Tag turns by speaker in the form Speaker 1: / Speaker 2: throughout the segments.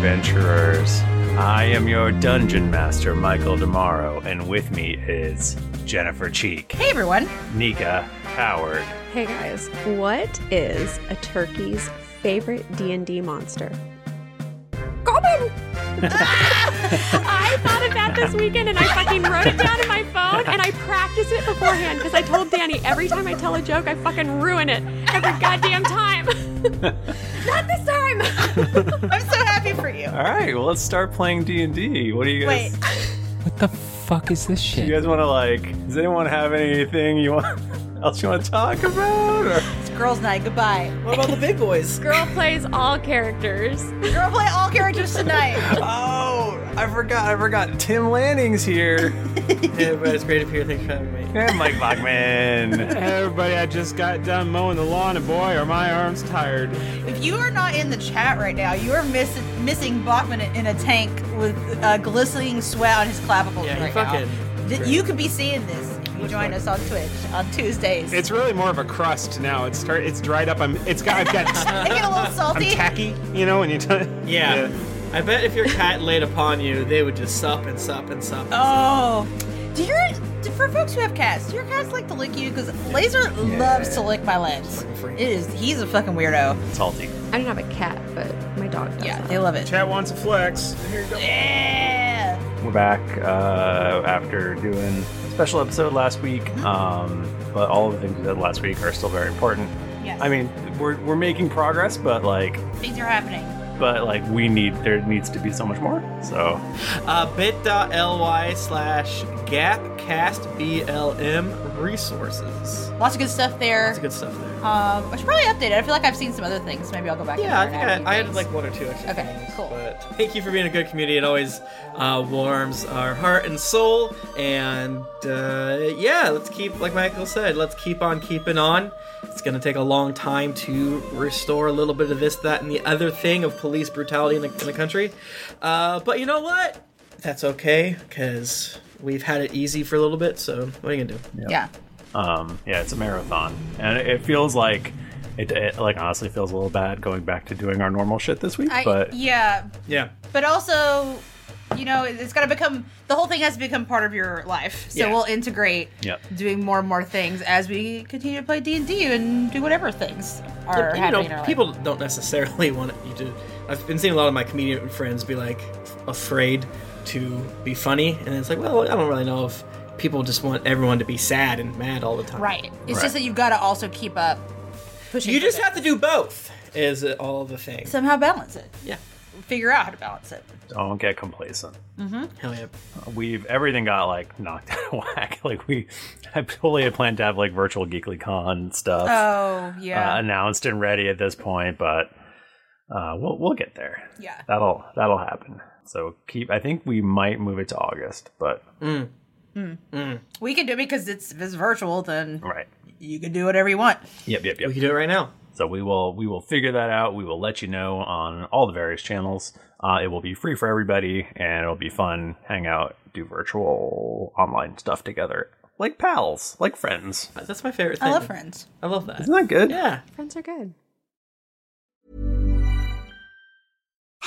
Speaker 1: adventurers. I am your dungeon master, Michael Damaro, and with me is Jennifer Cheek,
Speaker 2: Hey everyone.
Speaker 1: Nika Howard,
Speaker 3: Hey guys, what is a turkey's favorite D&D monster? Goblin! Ah! I thought of that this weekend and I fucking wrote it down in my phone and I practiced it beforehand because I told Danny every time I tell a joke I fucking ruin it every goddamn time. Not this time.
Speaker 2: I'm so happy for you.
Speaker 1: All right, well let's start playing D and D. What do you guys?
Speaker 2: Wait.
Speaker 4: What the fuck is this shit?
Speaker 1: You guys want to like? Does anyone have anything you want else you want to talk about? Or...
Speaker 2: It's girls' night. Goodbye.
Speaker 5: What about the big boys?
Speaker 3: Girl plays all characters.
Speaker 2: Girl play all characters tonight.
Speaker 1: Oh, I forgot. I forgot. Tim Lanning's here.
Speaker 5: hey, everybody, it's great to be here. Thanks for having me.
Speaker 1: and Mike Bachman.
Speaker 6: Hey everybody, I just got done mowing the lawn and boy are my arms tired.
Speaker 2: if you are not in the chat right now, you are miss- missing Bachman in a tank with uh, glistening sweat on his clavicle
Speaker 5: Yeah, he
Speaker 2: right
Speaker 5: fucking-
Speaker 2: now. Th- you could be seeing this if you join us on Twitch on Tuesdays.
Speaker 6: It's really more of a crust now. It's start, it's dried up. I'm it's got I've got
Speaker 2: they get a little
Speaker 6: I'm
Speaker 2: salty.
Speaker 6: tacky, you know, when you t-
Speaker 5: Yeah. I bet if your cat laid upon you, they would just sup and sup and sup.
Speaker 2: Oh. Do your do- for folks who have cats, do your cats like to lick you? Because Laser loves to lick my legs. It is he's a fucking weirdo.
Speaker 1: Salty.
Speaker 3: I don't have a cat, but my dog does.
Speaker 2: Yeah, they love it.
Speaker 6: Chat wants a flex. Here you go.
Speaker 2: Yeah.
Speaker 1: We're back uh, after doing a special episode last week,
Speaker 2: Mm-hmm.
Speaker 1: um, but all of the things we said last week are still very important.
Speaker 2: Yes.
Speaker 1: I mean, we're, we're making progress, but like,
Speaker 2: things are happening.
Speaker 1: but like, we need there needs to be so much more. So
Speaker 5: Uh, bit.ly slash gapcastblm resources.
Speaker 2: Lots of good stuff there.
Speaker 5: That's good stuff there.
Speaker 2: Um, I should probably update it. I feel like I've seen some other things. Maybe I'll go back.
Speaker 5: Yeah, I
Speaker 2: and add a
Speaker 5: think
Speaker 2: few
Speaker 5: I, I had
Speaker 2: things.
Speaker 5: like one or two extra
Speaker 2: Okay,
Speaker 5: things,
Speaker 2: cool.
Speaker 5: But thank you for being a good community. It always uh, warms our heart and soul. And uh, yeah, let's keep, like Michael said, let's keep on keeping on. It's going to take a long time to restore a little bit of this, that, and the other thing of police brutality in the, in the country. Uh, but you know what? That's okay, because we've had it easy for a little bit. So what are you going to do?
Speaker 2: yeah.
Speaker 1: um, yeah, it's a marathon, and it, it feels like it, it like honestly feels a little bad going back to doing our normal shit this week,
Speaker 2: I,
Speaker 1: but
Speaker 2: yeah,
Speaker 5: Yeah.
Speaker 2: but also, you know, it- it's got to become the whole thing has to become part of your life. So
Speaker 5: Yeah.
Speaker 2: we'll integrate
Speaker 1: Yep.
Speaker 2: doing more and more things as we continue to play D and D and do whatever things are
Speaker 5: you
Speaker 2: happening.
Speaker 5: know,
Speaker 2: in our life.
Speaker 5: people don't necessarily want you to. I've been seeing a lot of my comedian friends be like afraid to be funny, and it's like, well, I don't really know if people just want everyone to be sad and mad all the time.
Speaker 2: right? It's
Speaker 1: Right.
Speaker 2: just that you've got to also keep up, pushing.
Speaker 5: You just have to do both. Is all the thing.
Speaker 2: somehow balance it.
Speaker 5: yeah.
Speaker 2: Figure out how to balance it.
Speaker 1: don't get complacent.
Speaker 5: Hell yeah.
Speaker 1: We've everything got like knocked out of whack. Like we, I totally had planned to have like virtual Geekly Con stuff.
Speaker 2: Oh yeah,
Speaker 1: uh, announced and ready at this point, but uh, we'll we'll get there.
Speaker 2: Yeah.
Speaker 1: that'll that'll happen. So keep. I think we might move it to August, but
Speaker 2: we can do it because it's if it's virtual. Then
Speaker 1: right.
Speaker 2: you can do whatever you want.
Speaker 1: Yep, yep,
Speaker 5: We
Speaker 1: yep.
Speaker 5: can do it right now.
Speaker 1: So we will we will figure that out. We will let you know on all the various channels. Uh, it will be free for everybody, and it'll be fun. Hang out, do virtual online stuff together, like pals, like friends.
Speaker 5: That's my favorite thing.
Speaker 2: I love friends.
Speaker 5: I love that.
Speaker 1: Isn't that good?
Speaker 5: Yeah.
Speaker 3: Friends are good.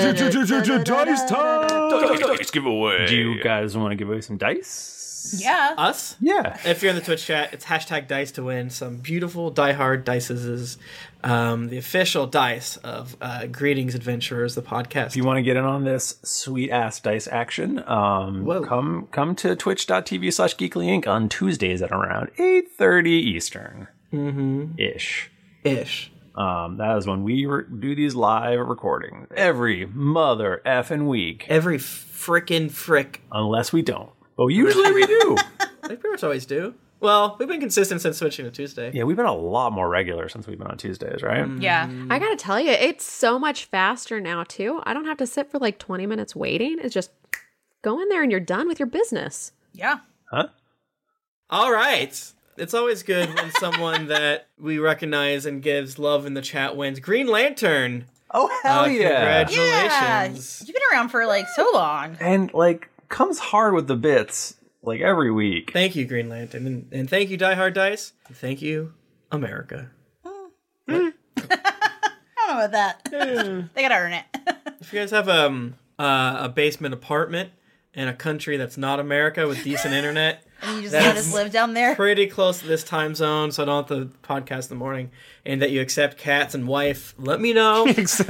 Speaker 7: Dice time!
Speaker 1: Dice giveaway. Do you guys want to give away some dice?
Speaker 2: Yeah.
Speaker 5: Us?
Speaker 1: Yeah.
Speaker 5: If you're in the Twitch chat, it's hashtag dice to win some beautiful diehard dices is um, the official dice of uh, Greetings Adventurers, the podcast.
Speaker 1: If you want to get in on this sweet ass dice action, um, come come to twitch.tv slash geeklyinc on Tuesdays at around 8.30 Eastern.
Speaker 5: Mm-hmm.
Speaker 1: Ish.
Speaker 5: Ish.
Speaker 1: Um, that is when we re- do these live recordings every mother effing week.
Speaker 5: Every frickin' frick.
Speaker 1: Unless we don't. But usually we do.
Speaker 5: They pretty much always do. Well, we've been consistent since switching to Tuesday.
Speaker 1: Yeah, we've been a lot more regular since we've been on Tuesdays, right?
Speaker 2: Mm.
Speaker 3: Yeah. I gotta tell you, it's so much faster now, too. I don't have to sit for like 20 minutes waiting. It's just go in there and you're done with your business.
Speaker 2: Yeah.
Speaker 5: All right. It's always good when someone that we recognize and gives love in the chat wins. Green Lantern.
Speaker 1: Oh
Speaker 5: Uh,
Speaker 1: hell yeah.
Speaker 2: Yeah. You've been around for like so long.
Speaker 1: And like comes hard with the bits like every week.
Speaker 5: Thank you, Green Lantern, and, and thank you, Die Hard Dice. And thank you, America.
Speaker 2: I don't know about that. they gotta earn it.
Speaker 5: If you guys have um uh, a basement apartment in a country that's not America with decent internet,
Speaker 2: And you just
Speaker 5: That's-
Speaker 2: let us live down there.
Speaker 5: pretty close to this time zone, so I don't have to podcast in the morning, and that you accept cats and wife, let me know.
Speaker 2: Like, listen,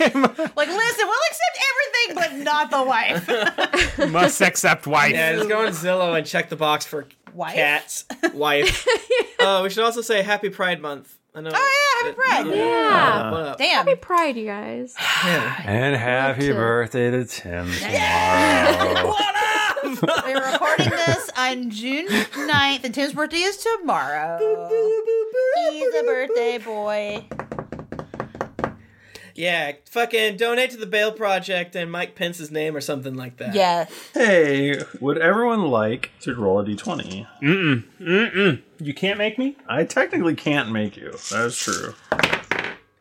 Speaker 2: we'll accept everything, but not the wife.
Speaker 7: Must accept wife.
Speaker 5: Yeah, just go on Zillow and check the box for
Speaker 2: Wife?
Speaker 5: cats, wife. Oh, we should also say Happy Pride Month. I know.
Speaker 2: Oh yeah, happy pride.
Speaker 1: Yeah.
Speaker 5: What up?
Speaker 2: Damn.
Speaker 3: Happy Uh, Pride, you guys.
Speaker 1: And happy birthday to Tim tomorrow.
Speaker 2: We're recording this on June 9th, and Tim's birthday is tomorrow. He's a birthday boy.
Speaker 5: Yeah, fucking donate to the Bail Project and Mike Pence's name or something like that.
Speaker 2: Yeah.
Speaker 1: hey, would everyone like to roll a d20? Mm-mm. Mm-mm. You can't make me? I technically can't make you. That is true.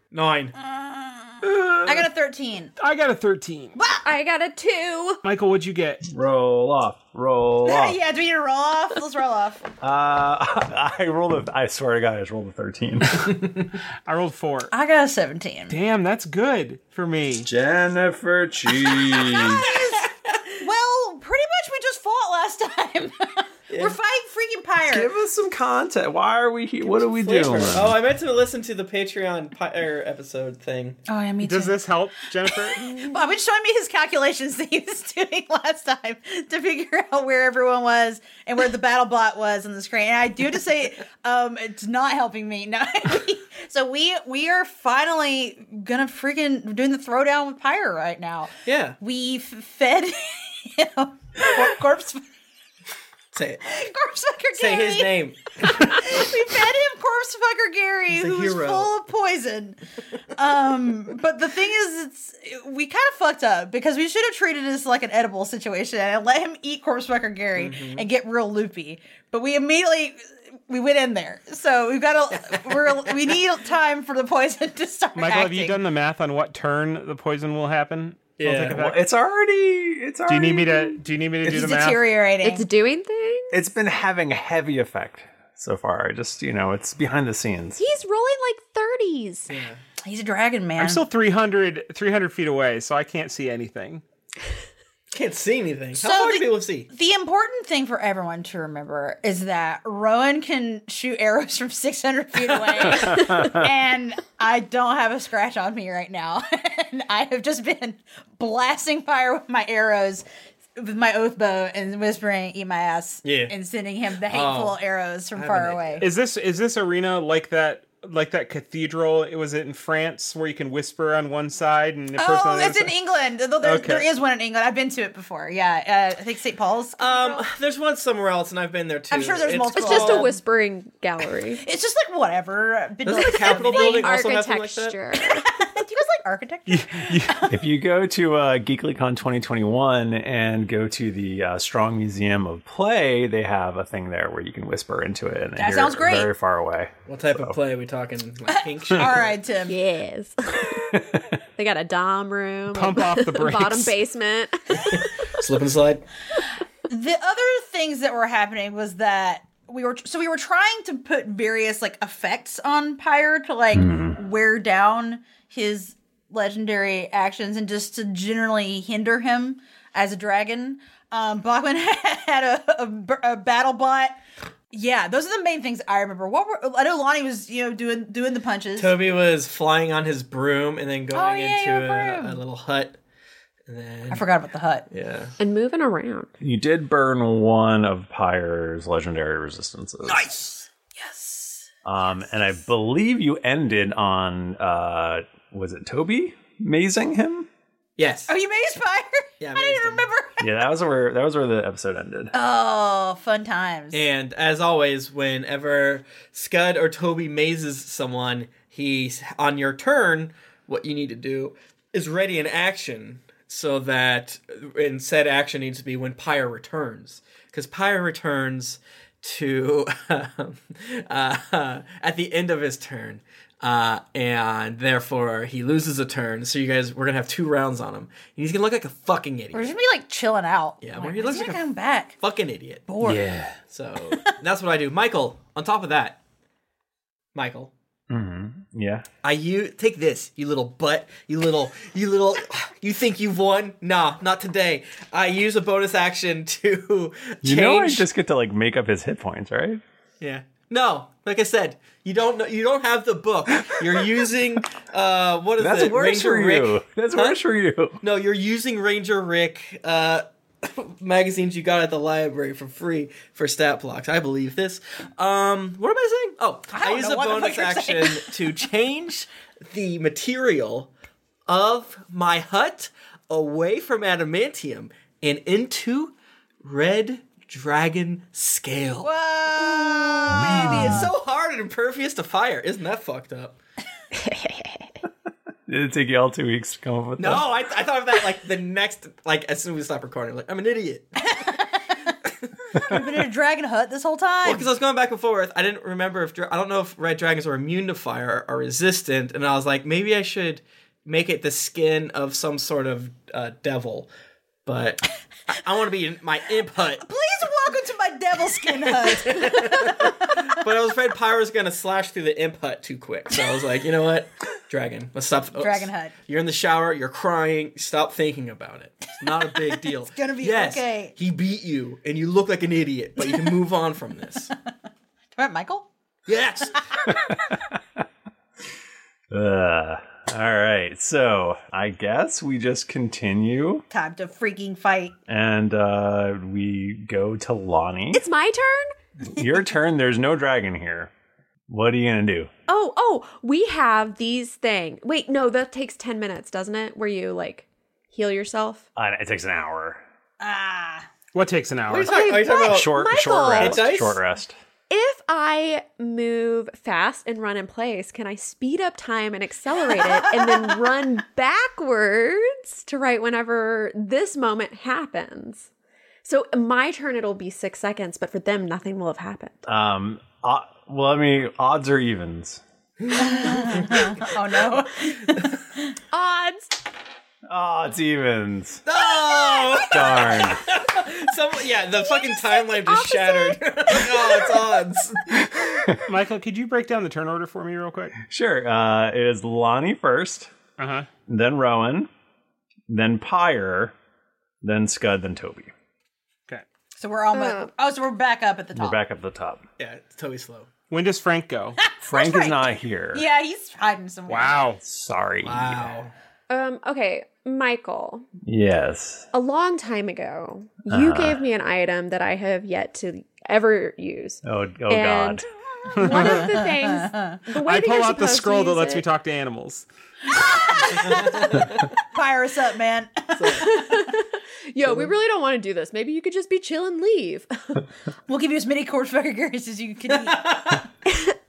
Speaker 5: Nine.
Speaker 2: Uh, I got a 13.
Speaker 4: I got a 13.
Speaker 3: I got a two.
Speaker 4: Michael, what'd you get?
Speaker 1: Roll off. Roll off.
Speaker 2: yeah, do we need to roll off? Let's roll off.
Speaker 1: Uh, I rolled a. I swear to God, I just rolled a thirteen.
Speaker 4: I rolled four.
Speaker 2: I got a 17.
Speaker 4: Damn, that's good for me.
Speaker 1: Jennifer Cheese.
Speaker 2: Well, pretty much we just fought last time. We're fighting freaking Pyre.
Speaker 1: Give us some content. Why are we here? What are we doing?
Speaker 5: Oh, I meant to listen to the Patreon pi- er, episode thing.
Speaker 2: Oh, yeah, me
Speaker 5: Does
Speaker 4: this help, Jennifer?
Speaker 2: Bob was showing me his calculations that he was doing last time to figure out where everyone was and where the battle bot was on the screen. And I do have to say, um, it's not helping me. No, so we we are finally gonna freaking we're doing the throwdown with Pyre right now.
Speaker 5: Yeah.
Speaker 2: We f- fed him Cor- corpse
Speaker 5: Say it.
Speaker 2: corpse fucker
Speaker 5: Say
Speaker 2: Gary.
Speaker 5: his name.
Speaker 2: we fed him corpse fucker Gary,
Speaker 5: He's a
Speaker 2: who was
Speaker 5: hero.
Speaker 2: full of poison. Um, but the thing is, it's we kind of fucked up because we should have treated this like an edible situation and let him eat corpse fucker Gary
Speaker 5: Mm-hmm.
Speaker 2: and get real loopy. But we immediately we went in there, so we've got to we're we need time for the poison to start.
Speaker 4: Michael, have you
Speaker 2: acting.
Speaker 4: done the math on what turn the poison will happen? It'll
Speaker 1: Yeah.
Speaker 4: take
Speaker 1: Well,
Speaker 4: effect?
Speaker 1: it's already. It's
Speaker 4: do
Speaker 1: already.
Speaker 4: you need me to? Do you need me to do the math?
Speaker 3: It's doing things.
Speaker 1: It's been having a heavy effect so far. I Just you know, it's behind the scenes.
Speaker 3: He's rolling like 30s.
Speaker 2: He's a dragon man.
Speaker 4: I'm still 300, 300 feet away, so I can't see anything.
Speaker 5: Can't see anything.
Speaker 2: So
Speaker 5: How far
Speaker 2: the-
Speaker 5: do people see?
Speaker 2: The important thing for everyone to remember is that Rowan can shoot arrows from 600 feet away, and I don't have a scratch on me right now. and I have just been blasting fire with my arrows with my oath bow and whispering "eat my ass"
Speaker 4: Yeah.
Speaker 2: and sending him the hateful
Speaker 4: Oh.
Speaker 2: arrows from far away.
Speaker 4: Is this is this arena like that like that cathedral? It was it in France where you can whisper on one side and the person
Speaker 2: Oh,
Speaker 4: on the other
Speaker 2: it's in
Speaker 4: side?
Speaker 2: England. Though there,
Speaker 4: Okay.
Speaker 2: there is one in England. I've been to it before. Yeah, uh, I think St. Paul's. Um,
Speaker 5: there's one somewhere else, and I've been there too.
Speaker 2: I'm sure there's multiple.
Speaker 5: called-
Speaker 2: whispering gallery. it's just like whatever. Been
Speaker 5: Doesn't the
Speaker 2: to
Speaker 5: Capitol
Speaker 2: everything.
Speaker 5: building also have one like that?
Speaker 2: Do you guys like architecture?
Speaker 1: if you go to uh, GeeklyCon 2021 and go to the uh, Strong Museum of Play, they have a thing there where you can whisper into it and they
Speaker 2: That
Speaker 1: hear
Speaker 2: sounds
Speaker 1: it
Speaker 2: great.
Speaker 1: very far away.
Speaker 5: What type of play are we talking? Like pink
Speaker 1: All
Speaker 2: right, Tim.
Speaker 3: Yes. they got a dom room. a
Speaker 5: Pump off the brakes.
Speaker 3: Bottom basement.
Speaker 5: Slip and slide.
Speaker 2: the other things that were happening was that we were so we were trying to put various like effects on Pyre to like wear down his legendary actions and just to generally hinder him as a dragon. Um, Bachman had a, a, b- a battle bot. Yeah, those are the main things I remember. What were I know Lonnie was you know doing doing the punches.
Speaker 5: Toby was flying on his broom and then going
Speaker 2: Oh, yeah, your
Speaker 5: into
Speaker 2: broom.
Speaker 5: a, a little hut. And then
Speaker 2: I forgot about the hut.
Speaker 5: Yeah.
Speaker 3: And moving around.
Speaker 1: You did burn one of Pyre's legendary resistances.
Speaker 5: Nice.
Speaker 2: Yes.
Speaker 1: Um, and I believe you ended on uh, was it Toby mazing him?
Speaker 5: Yes.
Speaker 2: Oh, you mazed Pyre. Yeah, I didn't remember.
Speaker 1: yeah, that was where that was where the episode ended.
Speaker 2: Oh, fun times.
Speaker 5: And as always, whenever Scud or Toby mazes someone, he's on your turn. What you need to do is ready an action so that, and said action needs to be when Pyre returns, because Pyre returns to um, uh, at the end of his turn. Uh, and therefore he loses a turn. So you guys, we're gonna have two rounds on him. And he's gonna look like a fucking idiot.
Speaker 2: We're just gonna be like chilling out.
Speaker 5: Yeah,
Speaker 2: like,
Speaker 5: where he
Speaker 2: when's he
Speaker 5: looks like a-
Speaker 2: come back.
Speaker 5: fucking idiot.
Speaker 2: Bored.
Speaker 1: Yeah.
Speaker 5: So that's what I do. Michael, on top of that, Michael,
Speaker 1: Mm-hmm. Yeah.
Speaker 5: I you take this, you little butt, you little, you little, you think you've won? Nah, not today. I use a bonus action to change.
Speaker 1: You know I just get to like make up his hit points, right?
Speaker 5: yeah. No, like I said, you don't know. You don't have the book. You're using uh, what is
Speaker 1: That's
Speaker 5: it?
Speaker 1: worse
Speaker 5: Ranger
Speaker 1: for you.
Speaker 5: Rick.
Speaker 1: That's
Speaker 5: Huh?
Speaker 1: worse for you.
Speaker 5: No, you're using Ranger Rick uh, magazines you got at the library for free for stat blocks. I believe this. Um, what am I saying? Oh,
Speaker 2: I
Speaker 5: I,
Speaker 2: don't
Speaker 5: use
Speaker 2: know
Speaker 5: a
Speaker 2: what the fuck
Speaker 5: bonus
Speaker 2: you're
Speaker 5: action to change the material of my hut away from adamantium and into red dragon scale. Baby, it's so hard and impervious to fire. Isn't that fucked up?
Speaker 1: Did it take you all two weeks to come up with
Speaker 5: No,
Speaker 1: that?
Speaker 5: I, I thought of that like the next, like as soon as we stop recording. Like I'm an idiot.
Speaker 2: I've been in a dragon hut this whole time.
Speaker 5: because I was going back and forth. I didn't remember if dra- I don't know if red dragons are immune to fire or resistant, and I was like, maybe I should make it the skin of some sort of uh, devil. But I, want to be in my imp hut.
Speaker 2: Please welcome to my devil skin hut.
Speaker 5: But I was afraid Pyro was going to slash through the imp hut too quick. So I was like, you know what, dragon, let's stop.
Speaker 2: Dragon hut.
Speaker 5: You're in the shower. You're crying. Stop thinking about it. It's not a big deal. it's
Speaker 2: gonna be
Speaker 5: yes,
Speaker 2: okay.
Speaker 5: He beat you, and you look like an idiot. But you can move on from this.
Speaker 2: All right, Michael.
Speaker 5: Yes.
Speaker 1: Ugh. all right. So I guess we just continue
Speaker 2: Time to freaking fight.
Speaker 1: and uh, we go to Lonnie.
Speaker 3: It's my turn?
Speaker 1: Your turn. There's no dragon here. What are you going to do?
Speaker 3: Oh, oh, we have these thing. Wait, no, that takes 10 minutes, doesn't it? Where you like heal yourself?
Speaker 1: Uh, it takes an hour.
Speaker 4: What takes an hour?
Speaker 3: What are you talking- are you
Speaker 5: Oh,
Speaker 3: talking about-
Speaker 1: Short, short
Speaker 3: Michael!
Speaker 1: rest.
Speaker 3: Hit dice?
Speaker 1: Short rest.
Speaker 3: If I move fast and run in place, can I speed up time and accelerate it and then run backwards to right whenever this moment happens? So my turn, it'll be six seconds, but for them, nothing will have happened.
Speaker 1: Um. Uh, well, I mean, odds or evens.
Speaker 2: oh no.
Speaker 3: Odds.
Speaker 1: Oh, it's evens.
Speaker 5: No.
Speaker 1: Darn.
Speaker 5: Some, yeah, the fucking timeline just shattered. oh, it's
Speaker 4: odds. Michael, could you break down the turn order for me real quick?
Speaker 1: Sure. Uh, it is Lonnie first,
Speaker 4: uh-huh.
Speaker 1: then Rowan, then Pyre, then Scud, then Toby.
Speaker 2: So we're almost. oh, so we're back up at the top.
Speaker 1: We're back up the top.
Speaker 5: Yeah, it's totally slow.
Speaker 4: When does Frank go?
Speaker 1: Frank is not here.
Speaker 2: Yeah, he's hiding somewhere.
Speaker 4: Wow.
Speaker 1: Sorry.
Speaker 5: Wow.
Speaker 3: Um, okay, Michael,
Speaker 1: Yes.
Speaker 3: a long time ago, you
Speaker 1: Uh-huh.
Speaker 3: gave me an item that I have yet to ever use.
Speaker 1: Oh, oh
Speaker 3: And
Speaker 1: God.
Speaker 3: One of the things, the way
Speaker 4: I
Speaker 3: that you're
Speaker 4: pull out
Speaker 3: supposed to
Speaker 4: the scroll that
Speaker 3: use
Speaker 4: lets
Speaker 3: it-
Speaker 4: me talk to animals.
Speaker 2: Fire us up, man.
Speaker 3: Yo, we really don't want to do this. Maybe you could just be chill and leave.
Speaker 2: we'll give you as many corpsefucker Garys as you can eat.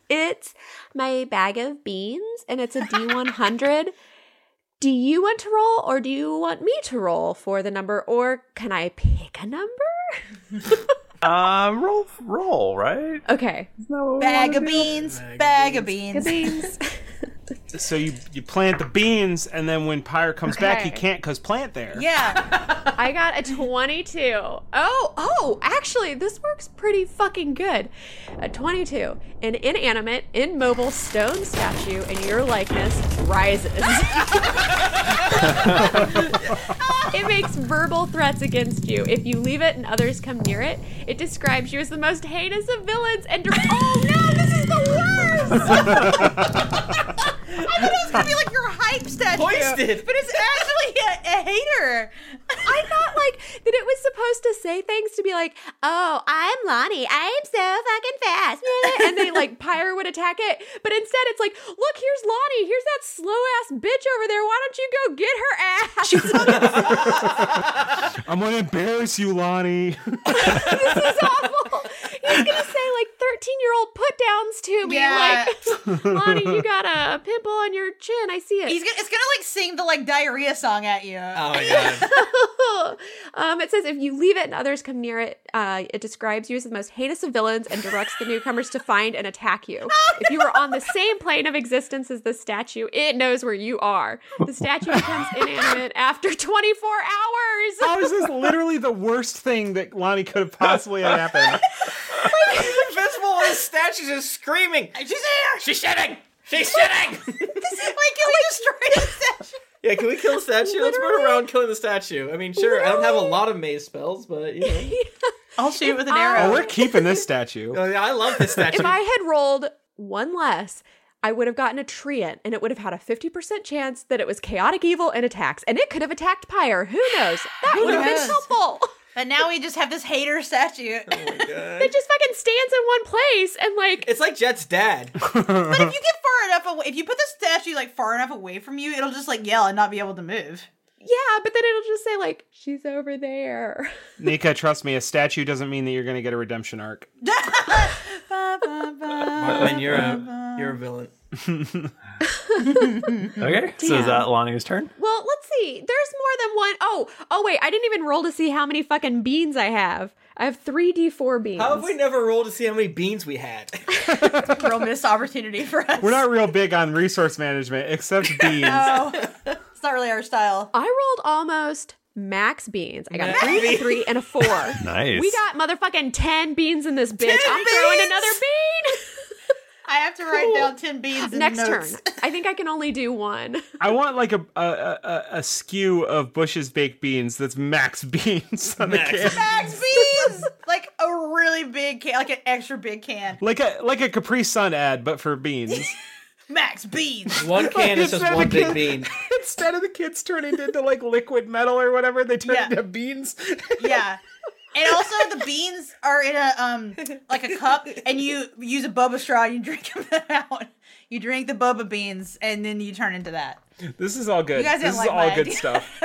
Speaker 3: it's my bag of beans, and it's a D100. do you want to roll, or do you want me to roll for the number, or can I pick a number?
Speaker 1: Uh, roll, roll, right?
Speaker 3: Okay.
Speaker 2: Bag of beans. Bag of beans.
Speaker 4: So you you plant the beans, and then when Pyre comes back, he
Speaker 3: Okay.
Speaker 4: can't cause plant there.
Speaker 3: Yeah. I got a 22. Oh, oh, actually, this works pretty fucking good. A 22. An inanimate, immobile stone statue in your likeness rises. it makes verbal threats against you. If you leave it and others come near it, it describes you as the most heinous of villains and. dir- oh no, this is the worst!
Speaker 2: I thought it was gonna be like your hype statue,
Speaker 3: Hoisted.
Speaker 2: but it's actually a, a hater.
Speaker 3: I thought like that it was supposed to say things to be like, "Oh, I'm Lonnie. I'm so fucking fast," and they like Pyre would attack it. But instead, it's like, "Look, here's Lonnie. Here's that slow ass bitch over there. Why don't you go get her ass?"
Speaker 4: I'm gonna embarrass you, Lonnie.
Speaker 3: this is awful. He's gonna say like thirteen year old put downs to me.
Speaker 2: Yeah.
Speaker 3: Like, Lonnie, you got a pimple on your chin. I see it.
Speaker 2: He's gonna, it's gonna like sing the like diarrhea song at you.
Speaker 5: Oh my god.
Speaker 3: um, it says if you leave it and others come near it, uh, it describes you as the most heinous of villains and directs the newcomers to find and attack you. if you are on the same plane of existence as the statue, it knows where you are. The statue becomes inanimate after 24 hours.
Speaker 4: How is this literally the worst thing that Lonnie could have possibly had happen?
Speaker 5: Invisible and statues is screaming.
Speaker 2: She's here.
Speaker 5: She's shitting. She's shitting.
Speaker 2: This is like can we destroy this statue?
Speaker 5: yeah, can we kill the statue? Let's run around killing the statue. I mean, sure, I don't have a lot of maze spells, but you know,
Speaker 2: I'll shoot it with an
Speaker 4: Oh,
Speaker 2: arrow.
Speaker 4: we're keeping this statue.
Speaker 5: Oh, yeah, I love this statue.
Speaker 3: Um, if I had rolled one less, I would have gotten a treant, and it would have had a 50% chance that it was chaotic evil and attacks, and it could have attacked Pyre. Who knows? That would have been
Speaker 2: knows?
Speaker 3: helpful.
Speaker 2: But now we just have this hater statue.
Speaker 3: It just fucking stands in one place and like
Speaker 5: it's like Jet's dad.
Speaker 2: but if you get far enough away, if you put the statue like far enough away from you, it'll just like yell and not be able to move.
Speaker 3: Yeah, but then it'll just say like she's over there.
Speaker 4: Nika, trust me, a statue doesn't mean that you're gonna get a redemption arc.
Speaker 5: Marlene, you're a you're a villain.
Speaker 1: Okay, so is that Lonnie's turn?
Speaker 3: Well, let's see. There's more than one. Oh, oh wait, I didn't even roll to see how many fucking beans I have. I have three d4 beans.
Speaker 5: How have we never rolled to see how many beans we had?
Speaker 2: Real missed opportunity for us.
Speaker 4: We're not real big on resource management, except beans.
Speaker 2: No, it's not really our style.
Speaker 3: I rolled almost max beans. I got a
Speaker 2: Max
Speaker 3: three, a
Speaker 2: beans.
Speaker 3: three, and a four.
Speaker 1: Nice.
Speaker 3: We got motherfucking ten beans in this
Speaker 2: 10
Speaker 3: bitch. I'm throwing
Speaker 2: beans?
Speaker 3: another bean.
Speaker 2: I have to write down ten beans. In
Speaker 3: Next
Speaker 2: notes.
Speaker 3: turn. I think I can only do one.
Speaker 4: I want like a a, a a- a skew of Bush's baked beans that's max beans on
Speaker 5: Max.
Speaker 4: the can.
Speaker 2: Max beans, like a really big can, like an extra big can.
Speaker 4: Like a like a Capri Sun ad, but for beans.
Speaker 2: Max beans.
Speaker 5: One can is
Speaker 4: Instead
Speaker 5: just
Speaker 4: of
Speaker 5: one
Speaker 4: the
Speaker 5: big
Speaker 4: kid-
Speaker 5: bean.
Speaker 4: Instead of the kids turning into like liquid metal or whatever, they turn
Speaker 2: Yeah.
Speaker 4: into beans.
Speaker 2: Yeah. And also the beans are in a um like a cup and you use a boba straw and you drink them out. You drink the boba beans and then you turn into that.
Speaker 4: This is all good.
Speaker 2: You guys
Speaker 4: this
Speaker 2: didn't
Speaker 4: is
Speaker 2: like
Speaker 4: all
Speaker 2: my
Speaker 4: good
Speaker 2: idea.
Speaker 4: stuff.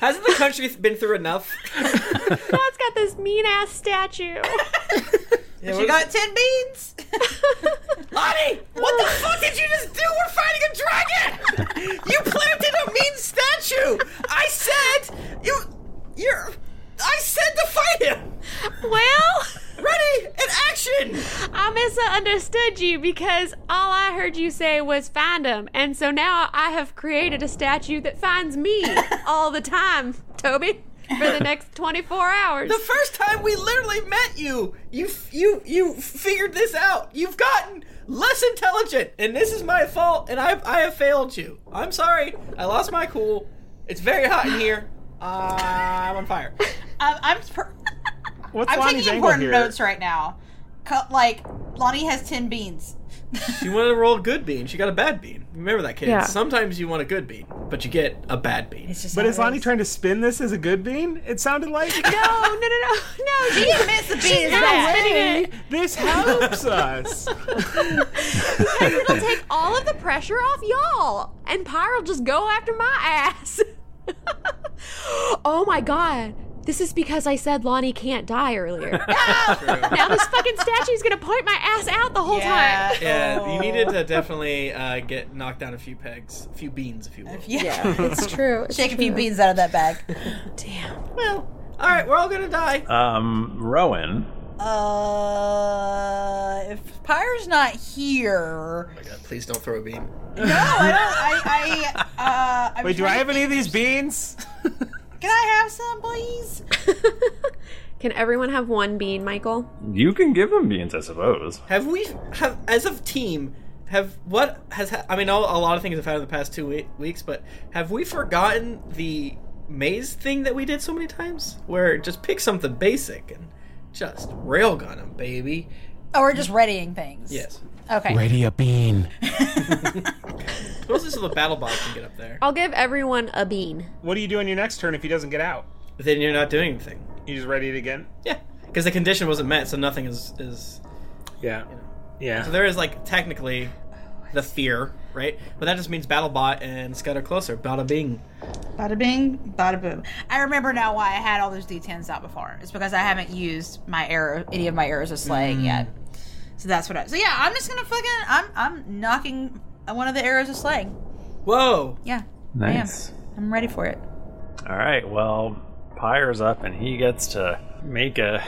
Speaker 5: Hasn't the country been through enough?
Speaker 3: now it's got this mean ass statue.
Speaker 5: Yeah,
Speaker 2: But
Speaker 5: what
Speaker 2: you
Speaker 5: is-
Speaker 2: got ten beans?
Speaker 5: Lonnie, what the fuck did you just do? We're fighting a dragon! You planted a mean statue! I said you you're I said to fight him!
Speaker 3: well,
Speaker 5: Ready and action!
Speaker 3: I misunderstood you because all I heard you say was find him, and so now I have created a statue that finds me all the time, Toby, for the next 24 hours.
Speaker 5: The first time we literally met you, you you you figured this out. You've gotten less intelligent, and this is my fault. And I I have failed you. I'm sorry. I lost my cool. It's very hot in here. Uh, I'm on fire.
Speaker 2: I'm Um, I'm, per-
Speaker 4: What's
Speaker 2: I'm
Speaker 4: Lonnie's
Speaker 2: taking
Speaker 4: angle
Speaker 2: important
Speaker 4: here?
Speaker 2: notes right now. Cut like Lonnie has ten beans.
Speaker 5: she wanted to roll a good bean. She got a bad bean. Remember that, kids.
Speaker 4: Yeah.
Speaker 5: Sometimes you want a good bean, but you get a bad bean.
Speaker 4: but is Lonnie trying to spin this as a good bean? It sounded like.
Speaker 3: no,
Speaker 4: no,
Speaker 3: no, no, no.
Speaker 2: Oh, She admits the bean
Speaker 3: She's
Speaker 2: is
Speaker 3: not
Speaker 2: bad.
Speaker 3: spinning it.
Speaker 4: This helps us.
Speaker 3: I will take all of the pressure off y'all, and Pyro'll just go after my ass. oh my god. This is because I said Lonnie can't die earlier. now this fucking statue's gonna point my ass out the whole time.
Speaker 2: Oh.
Speaker 5: Yeah, you needed to definitely uh, get knocked down a few pegs, a few beans, if you will.
Speaker 2: Yeah.
Speaker 3: it's true. it's
Speaker 2: Shake a few
Speaker 3: true.
Speaker 2: beans out of that bag.
Speaker 5: All right, we're all gonna die.
Speaker 1: Um, Rowan.
Speaker 2: Uh, if Pyre's not here,
Speaker 5: Oh my God, please don't throw a bean.
Speaker 2: I, I, uh, I'm
Speaker 4: Wait, do I have any of these beans?
Speaker 2: Can I have some, please?
Speaker 3: Can everyone have one bean, Michael?
Speaker 1: You can give him beans, I suppose.
Speaker 5: Have we, have as of team, have what has? Ha- I mean, all, a lot of things have happened in the past two we- weeks, but have we forgotten the maze thing that we did so many times, where just pick something basic and just railgun him, baby?
Speaker 2: Oh, we're just readying things.
Speaker 5: Yes.
Speaker 2: Okay.
Speaker 6: a bean.
Speaker 5: Supposedly, so the battle bot can get up there.
Speaker 3: I'll give everyone a bean.
Speaker 4: What do you do on your next turn if he doesn't get out?
Speaker 5: Then you're not doing anything.
Speaker 4: You just ready it again?
Speaker 5: Yeah, because the condition wasn't met, so nothing is is.
Speaker 4: Yeah. Yeah.
Speaker 5: So there is like technically the fear, right? But that just means battle bot and scatter closer. Bada bing.
Speaker 2: Bada bing, bada boom. I remember now why I had all those d10s out before. It's because I haven't used my arrow, any of my arrows of slaying yet. So that's what I. So yeah, I'm just gonna fucking. I'm I'm knocking one of the arrows of slaying.
Speaker 5: Whoa.
Speaker 2: Yeah.
Speaker 1: Nice.
Speaker 2: I am. I'm ready for it.
Speaker 1: All right, well, Pyre's up and he gets to make a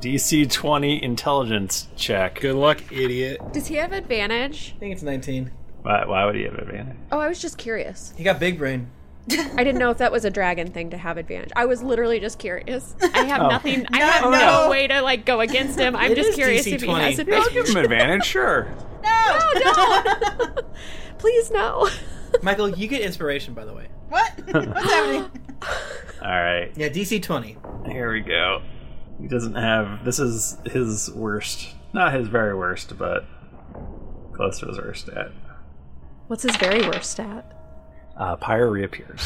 Speaker 1: DC 20 intelligence check.
Speaker 4: Good luck, idiot.
Speaker 3: Does he have advantage?
Speaker 5: I think it's 19.
Speaker 1: Why, why would he have advantage?
Speaker 3: Oh, I was just curious.
Speaker 5: He got big brain.
Speaker 3: I didn't know if that was a dragon thing to have advantage. I was literally just curious. I have
Speaker 1: Oh.
Speaker 3: nothing. I have no,
Speaker 1: no.
Speaker 3: way to like go against him. I'm
Speaker 5: It
Speaker 3: just
Speaker 5: is
Speaker 3: curious
Speaker 5: DC
Speaker 3: if he has
Speaker 5: 20.
Speaker 1: Give
Speaker 3: advantage.
Speaker 1: him advantage, sure.
Speaker 3: no, no. Please no.
Speaker 5: Michael, you get inspiration, by the way.
Speaker 2: What's happening?
Speaker 1: All right.
Speaker 5: Yeah, DC 20.
Speaker 1: Here we go. He doesn't have. This is his worst. Not his very worst, but close to his worst stat.
Speaker 3: What's his very worst stat?
Speaker 1: Uh, Pyre reappears.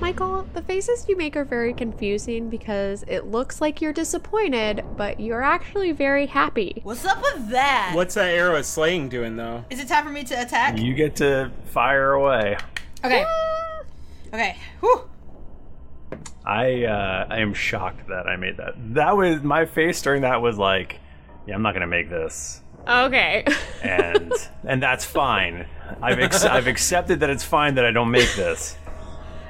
Speaker 3: Michael, the faces you make are very confusing because it looks like you're disappointed, but you're actually very happy.
Speaker 2: What's up with that?
Speaker 4: What's that arrow of slaying doing though?
Speaker 2: Is it time for me to attack?
Speaker 1: You get to fire away.
Speaker 2: Okay. Okay. Whew.
Speaker 1: I uh, I am shocked that I made that. That was my face during that was like, yeah, I'm not gonna make this,
Speaker 3: Okay.
Speaker 1: and and that's fine. I've ex- I've accepted that it's fine that I don't make this.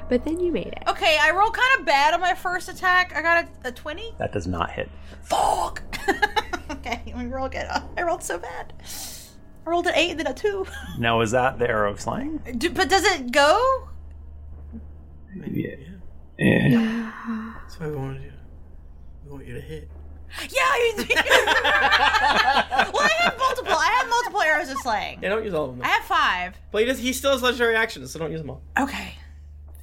Speaker 3: But then you made it.
Speaker 2: Okay, I rolled kind of bad on my first attack. I got a, a 20.
Speaker 1: That does not hit.
Speaker 2: Fuck! okay, let me roll again. Oh, I rolled so bad. I rolled an 8 and then a 2.
Speaker 1: Now is that the arrow of slang?
Speaker 2: Do, but does it go?
Speaker 1: Yeah. yeah.
Speaker 5: That's what we want to do. We want you to hit.
Speaker 2: Yeah, you do. well, I have multiple. I have multiple arrows of slaying.
Speaker 5: Yeah, don't use all of them.
Speaker 2: I have five.
Speaker 5: But he, does, he still has legendary actions, so don't use them all.
Speaker 2: Okay.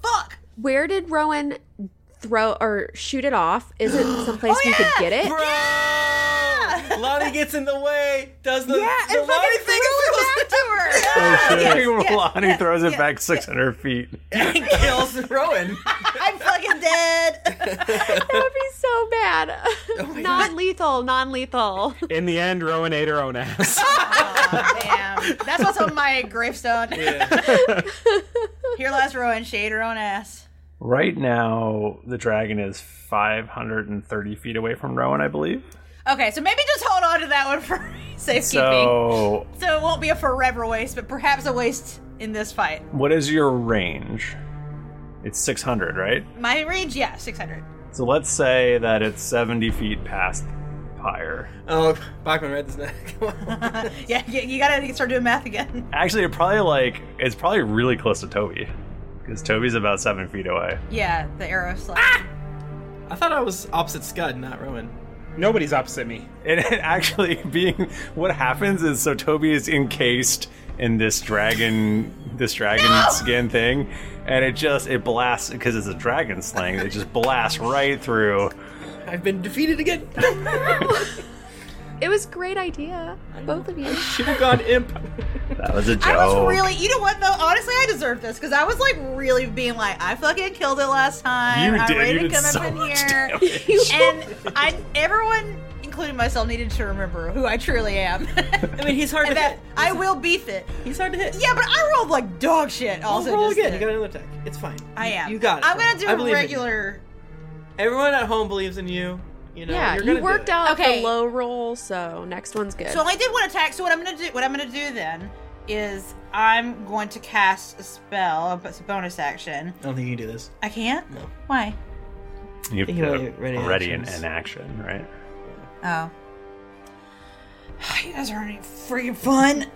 Speaker 2: Fuck!
Speaker 3: Where did Rowan throw or shoot it off? Is it someplace
Speaker 5: Oh,
Speaker 3: we could get it?
Speaker 5: Lonnie gets in the way, does the,
Speaker 2: Yeah,
Speaker 5: the
Speaker 2: and
Speaker 5: Lonnie
Speaker 2: fucking
Speaker 5: thing.
Speaker 2: throws it back to her!
Speaker 1: Oh shit!
Speaker 2: yes,
Speaker 1: Lonnie throws it back 600 feet.
Speaker 5: and kills Rowan.
Speaker 2: I'm fucking dead!
Speaker 3: that would be so bad.
Speaker 5: Oh
Speaker 3: non lethal, non lethal.
Speaker 4: In the end, Rowan ate her own ass.
Speaker 2: Damn. That's what's on my gravestone. Here lies Rowan, shade her own ass.
Speaker 1: Right now, the dragon is 530 feet away from Rowan, I believe.
Speaker 2: Okay, so maybe just hold on to that one for safekeeping.
Speaker 1: So,
Speaker 2: So it won't be a forever waste, but perhaps a waste in this fight.
Speaker 1: what is your range? It's 600, right?
Speaker 2: My range, yeah, 600.
Speaker 1: So let's say that it's 70 feet past Pyre.
Speaker 5: Oh, Bachman read this neck.
Speaker 2: yeah, you, you gotta start doing math again.
Speaker 1: Actually, it probably like it's probably really close to Toby, because Toby's about seven feet away.
Speaker 2: Yeah, the arrow slash.
Speaker 5: Ah! I thought I was opposite Scud, not Rowan.
Speaker 4: Nobody's opposite me.
Speaker 1: And it actually being what happens is so Toby is encased in this dragon this dragon skin thing and it just it blasts because it's a dragon sling it just blasts right through
Speaker 5: I've been defeated again.
Speaker 8: It was great idea, both of you.
Speaker 5: Should have gone imp.
Speaker 1: That was a joke.
Speaker 2: I was really, you know what though? Honestly, I deserve this because I was like really being like, I fucking killed it last time.
Speaker 1: You
Speaker 2: I
Speaker 1: did. You
Speaker 2: rated
Speaker 1: did
Speaker 2: come
Speaker 1: so
Speaker 2: up in
Speaker 1: much
Speaker 2: here, and I everyone, including myself, needed to remember who I truly am. I
Speaker 5: mean, he's hard
Speaker 2: and to that hit. I will beef it.
Speaker 5: He's hard to hit.
Speaker 2: Yeah, but I rolled like dog shit. Also,
Speaker 5: roll
Speaker 2: just
Speaker 5: again.
Speaker 2: then.
Speaker 5: You got another attack. It's fine.
Speaker 2: I am.
Speaker 5: You got it.
Speaker 2: I'm gonna do
Speaker 5: I
Speaker 2: a
Speaker 5: believe in you.
Speaker 2: regular.
Speaker 5: Everyone at home believes in you. You know,
Speaker 8: yeah,
Speaker 5: you're
Speaker 8: you
Speaker 5: gonna do
Speaker 8: worked
Speaker 5: it.
Speaker 8: out
Speaker 2: Okay.
Speaker 8: the low roll, so next one's good.
Speaker 2: So I did one attack. So what I'm gonna do, what I'm gonna do then, is I'm going to cast a spell, but it's a bonus action.
Speaker 5: I don't think you can do this.
Speaker 2: I can't. No. Why?
Speaker 1: You
Speaker 5: Thinking about
Speaker 1: put
Speaker 5: your ready
Speaker 1: ready in,
Speaker 5: actions.
Speaker 1: in action, right?
Speaker 2: Oh. You guys are having freaking fun.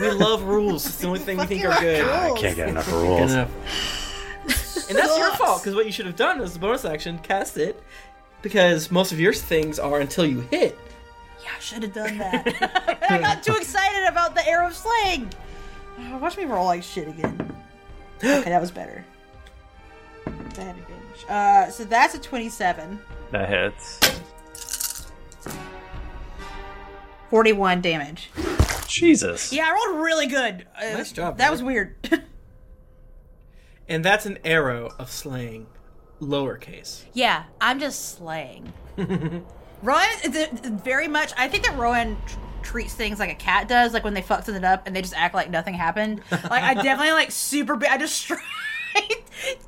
Speaker 5: We love rules. It's the only thing we think are
Speaker 2: Fucking
Speaker 5: good.
Speaker 2: God,
Speaker 1: I can't get enough
Speaker 5: Can't
Speaker 1: rules.
Speaker 5: get enough. and that's your fault, because what you should have done is the bonus action, cast it, because most of your things are until you hit.
Speaker 2: Yeah, I should have done that. I got too excited about the arrow of slaying. Oh, watch me roll like shit again. Okay, that was better. I had advantage. Uh, so that's a 27.
Speaker 1: That hits.
Speaker 2: 41 damage.
Speaker 1: Jesus.
Speaker 2: Yeah, I rolled really good. Uh,
Speaker 5: Nice job,
Speaker 2: That was weird.
Speaker 5: And that's an arrow of slaying, lowercase.
Speaker 2: Yeah, I'm just slaying. Rowan, th- th- very much. I think that Rowan tr- treats things like a cat does, like when they fuck something up and they just act like nothing happened. Like I definitely like super. Ba- I just tried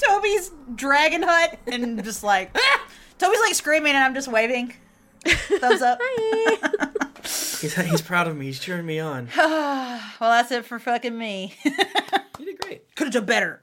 Speaker 2: Toby's dragon hut and just like "Ah!" Toby's like screaming and I'm just waving, thumbs up.
Speaker 5: He's, he's proud of me. He's cheering me on.
Speaker 2: well, that's it for fucking me. you did great. Could have done better.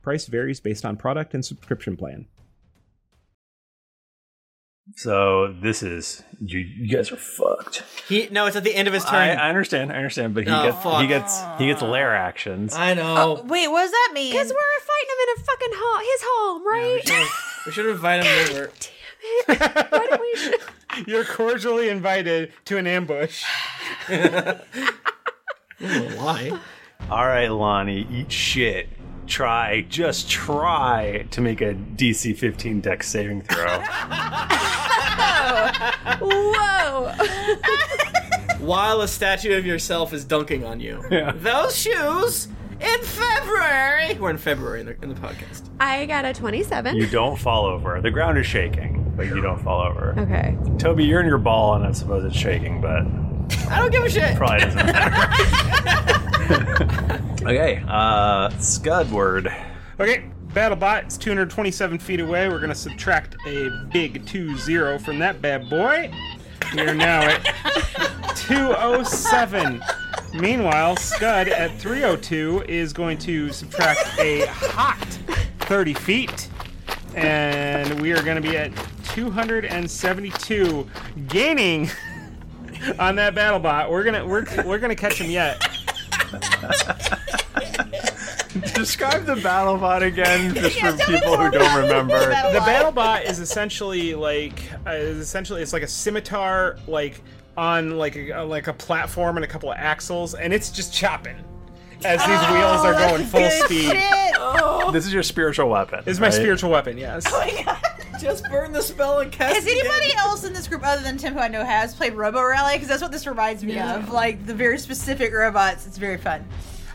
Speaker 9: Price varies based on product and subscription plan.
Speaker 1: So this is you, you guys are fucked.
Speaker 5: He no, it's at the end of his turn.
Speaker 1: I, I understand, I understand, but he
Speaker 5: Oh,
Speaker 1: gets
Speaker 5: fuck. Uh.
Speaker 1: he gets he gets lair actions.
Speaker 5: I know.
Speaker 2: Wait, what does that mean?
Speaker 3: Because we're fighting him in a fucking hall, his home, right?
Speaker 5: we should invite him over.
Speaker 4: You're cordially invited to an ambush.
Speaker 5: Why?
Speaker 1: All right, Lonnie, eat shit. Try, just try to make a DC 15 Dex saving throw.
Speaker 3: Whoa!
Speaker 5: While a statue of yourself is dunking on you. Those shoes in February. We're in February in the, in the podcast.
Speaker 3: I got a 27.
Speaker 1: you don't fall over. The ground is shaking, but you don't fall over.
Speaker 3: Okay.
Speaker 1: Toby, you're in your ball, and I suppose it's shaking, but
Speaker 5: I don't give a shit.
Speaker 1: probably doesn't matter. okay, uh, Scudward.
Speaker 4: Okay, BattleBot is 227 feet away. We're gonna subtract a big 2-0 from that bad boy. We are now at 207. Meanwhile, Scud at 302 is going to subtract a hot 30 feet, and we are gonna be at 272, gaining on that BattleBot. We're gonna we're we're gonna catch him yet.
Speaker 1: Describe the BattleBot again, just
Speaker 4: Yeah,
Speaker 1: for
Speaker 4: tell me
Speaker 1: people who
Speaker 4: more
Speaker 1: don't
Speaker 4: about
Speaker 1: remember.
Speaker 4: The BattleBot is essentially like uh, is essentially it's like a scimitar like on like a, like a platform and a couple of axles, and it's just chopping as these wheels are going full speed.
Speaker 1: This is your spiritual weapon.
Speaker 4: This is my
Speaker 1: right?
Speaker 4: spiritual weapon. Yes.
Speaker 5: Just burn the spell and cast
Speaker 2: Has anybody else in this group other than Tim who I know has played Robo Rally? Because that's what this reminds me of. Like the very specific robots. It's very fun.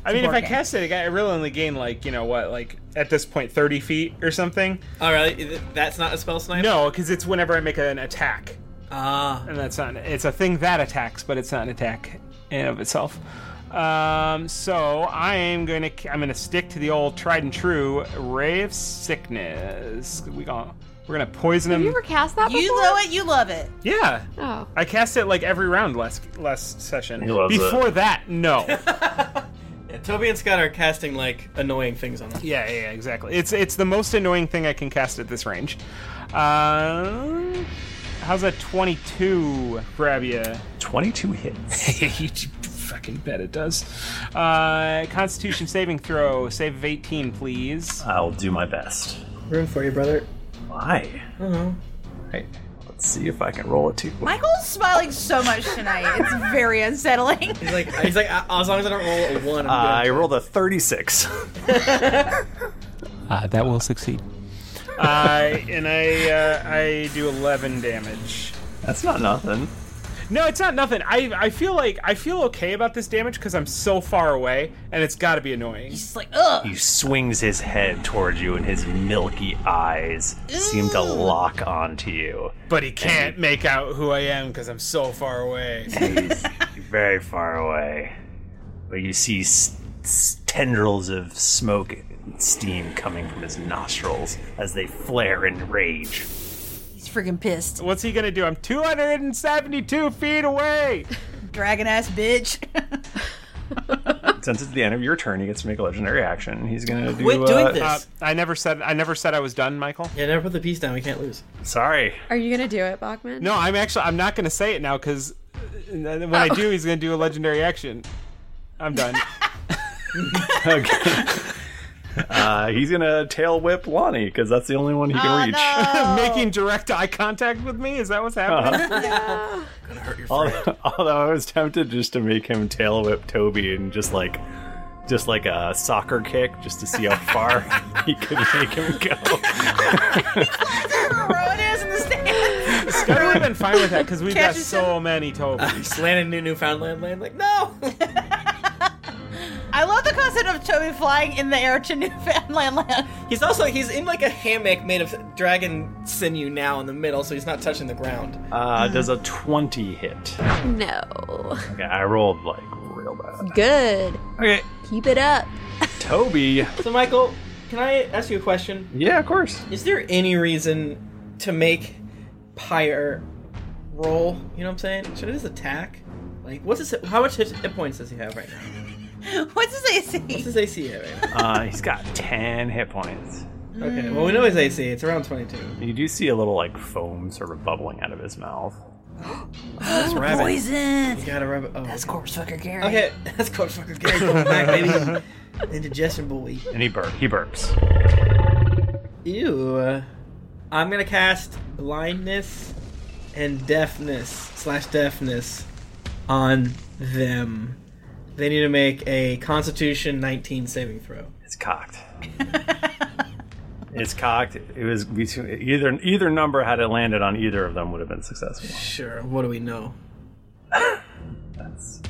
Speaker 4: I
Speaker 2: It's a
Speaker 4: mean, if
Speaker 2: board
Speaker 4: I
Speaker 2: game.
Speaker 4: cast it, I really only gain like you know what, like at this point, thirty feet or something.
Speaker 5: All right, Oh, that's not a spell snipe.
Speaker 4: No, because it's whenever I make an attack.
Speaker 5: Ah,
Speaker 4: and that's not. It's a thing that attacks, but it's not an attack in and of itself. Um, so I am gonna I'm gonna stick to the old tried and true ray of sickness. We gonna we're gonna poison him.
Speaker 3: cast that
Speaker 2: You
Speaker 3: before?
Speaker 2: know it, you love it.
Speaker 4: yeah.
Speaker 3: Oh.
Speaker 4: I cast it like every round last last session.
Speaker 5: He loves it.
Speaker 4: Before that, no.
Speaker 5: Yeah, Toby and Scott are casting like annoying things on him.
Speaker 4: Yeah, yeah, yeah, exactly. It's it's the most annoying thing I can cast at this range. Uh, how's a 22 grab you?
Speaker 1: 22 hits.
Speaker 4: you fucking bet it does. Uh, Constitution saving throw, save of 18, please.
Speaker 1: I'll do my best.
Speaker 5: Room for you, brother.
Speaker 1: Why?
Speaker 5: I don't know.
Speaker 1: Right. Let's see if I can roll a two.
Speaker 2: Michael's smiling so much tonight. It's very unsettling.
Speaker 5: He's like, he's like, "Uh, as long as I don't roll a one, I'm
Speaker 1: I rolled a 36.
Speaker 9: Uh, that will succeed.
Speaker 4: I and I uh, I do 11 damage.
Speaker 1: That's not nothing.
Speaker 4: No, it's not nothing. I I feel like I feel okay about this damage because I'm so far away, and it's got to be annoying. He's
Speaker 2: just like, ugh.
Speaker 1: He swings his head towards you, and his milky eyes seem to lock onto you.
Speaker 4: But he can't make out who I am because I'm so far away.
Speaker 1: You're very far away. But you see s- s- tendrils of smoke and steam coming from his nostrils as they flare in rage.
Speaker 2: He's freaking pissed.
Speaker 4: What's he gonna do? I'm 272 feet away.
Speaker 2: Dragon ass bitch.
Speaker 1: Since it's the end of your turn, he gets to make a legendary action. He's gonna do. uh,
Speaker 5: Quit doing this.
Speaker 4: I never said I never said I was done, Michael.
Speaker 5: Yeah, never put the piece down. We can't lose.
Speaker 1: Sorry.
Speaker 3: Are you going to do it, Bachman?
Speaker 4: No, I'm actually I'm not gonna say it now because when I
Speaker 3: Oh.
Speaker 4: do, he's gonna do a legendary action. I'm done.
Speaker 1: Okay. Uh, he's gonna tail whip Lonnie because that's the only one he can
Speaker 5: Oh,
Speaker 2: Oh,
Speaker 1: reach.
Speaker 4: Making direct eye contact with me? Is that what's
Speaker 1: Uh-huh.
Speaker 4: happening?
Speaker 1: Although, although I was tempted just to make him tail whip Toby and just like, just like a soccer kick, just to see how far he could make him go.
Speaker 2: in the stands.
Speaker 4: Scott would have been fine with that because we've got
Speaker 5: Catches
Speaker 4: so many Tobys.
Speaker 5: Just landed in New Newfoundland land. Like, no.
Speaker 2: I love the concept of Toby flying in the air to Newfoundland land.
Speaker 5: He's also he's in like a hammock made of dragon sinew now in the middle, so he's not touching the ground.
Speaker 1: Uh, does a 20 hit.
Speaker 3: No.
Speaker 1: Okay, I rolled like real bad.
Speaker 3: Good.
Speaker 1: Okay.
Speaker 3: Keep it up.
Speaker 1: Toby.
Speaker 5: So, Michael, can I ask you a question?
Speaker 1: Yeah, of course.
Speaker 5: Is there any reason to make Pyre roll? You know what I'm saying? Should it just attack? Like, what's his? How much hit, hit points does he have right now?
Speaker 2: What's his AC? What's
Speaker 5: his AC at right
Speaker 1: Uh, he's got 10 hit points.
Speaker 5: now? Okay, well we know his AC. It's around 22.
Speaker 1: You do see a little like foam sort of bubbling out of his mouth.
Speaker 5: That's rabbit.
Speaker 2: Poison.
Speaker 5: He's got a rabbit. Oh, that's
Speaker 2: corpse fucker Gary.
Speaker 5: Okay, that's corpse fucker Gary. Come back, baby. Indigestion boy.
Speaker 1: And he burp. He burps.
Speaker 5: Ew. I'm gonna cast blindness and deafness slash deafness on them. They need to make a Constitution 19 saving throw.
Speaker 1: It's cocked. It's cocked. It was between either either number had it landed on either of them would have been successful.
Speaker 5: Sure. What do we know?
Speaker 1: That's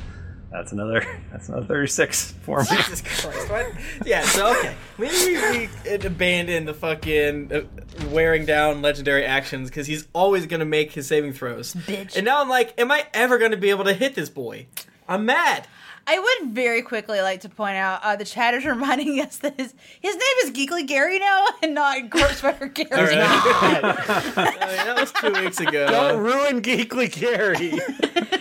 Speaker 1: that's another that's another 36 for me.
Speaker 5: Jesus Christ! What? Yeah. So okay, maybe we, we abandon the fucking uh, wearing down legendary actions because he's always gonna make his saving throws. Bitch. And now I'm like, am I ever gonna be able to hit this boy? I'm mad.
Speaker 2: I would very quickly like to point out uh, the chat is reminding us that his his name is Geekly Gary now and not Gorsefucker Gary.
Speaker 5: that was two weeks ago.
Speaker 2: Don't
Speaker 5: ruin Geekly Gary.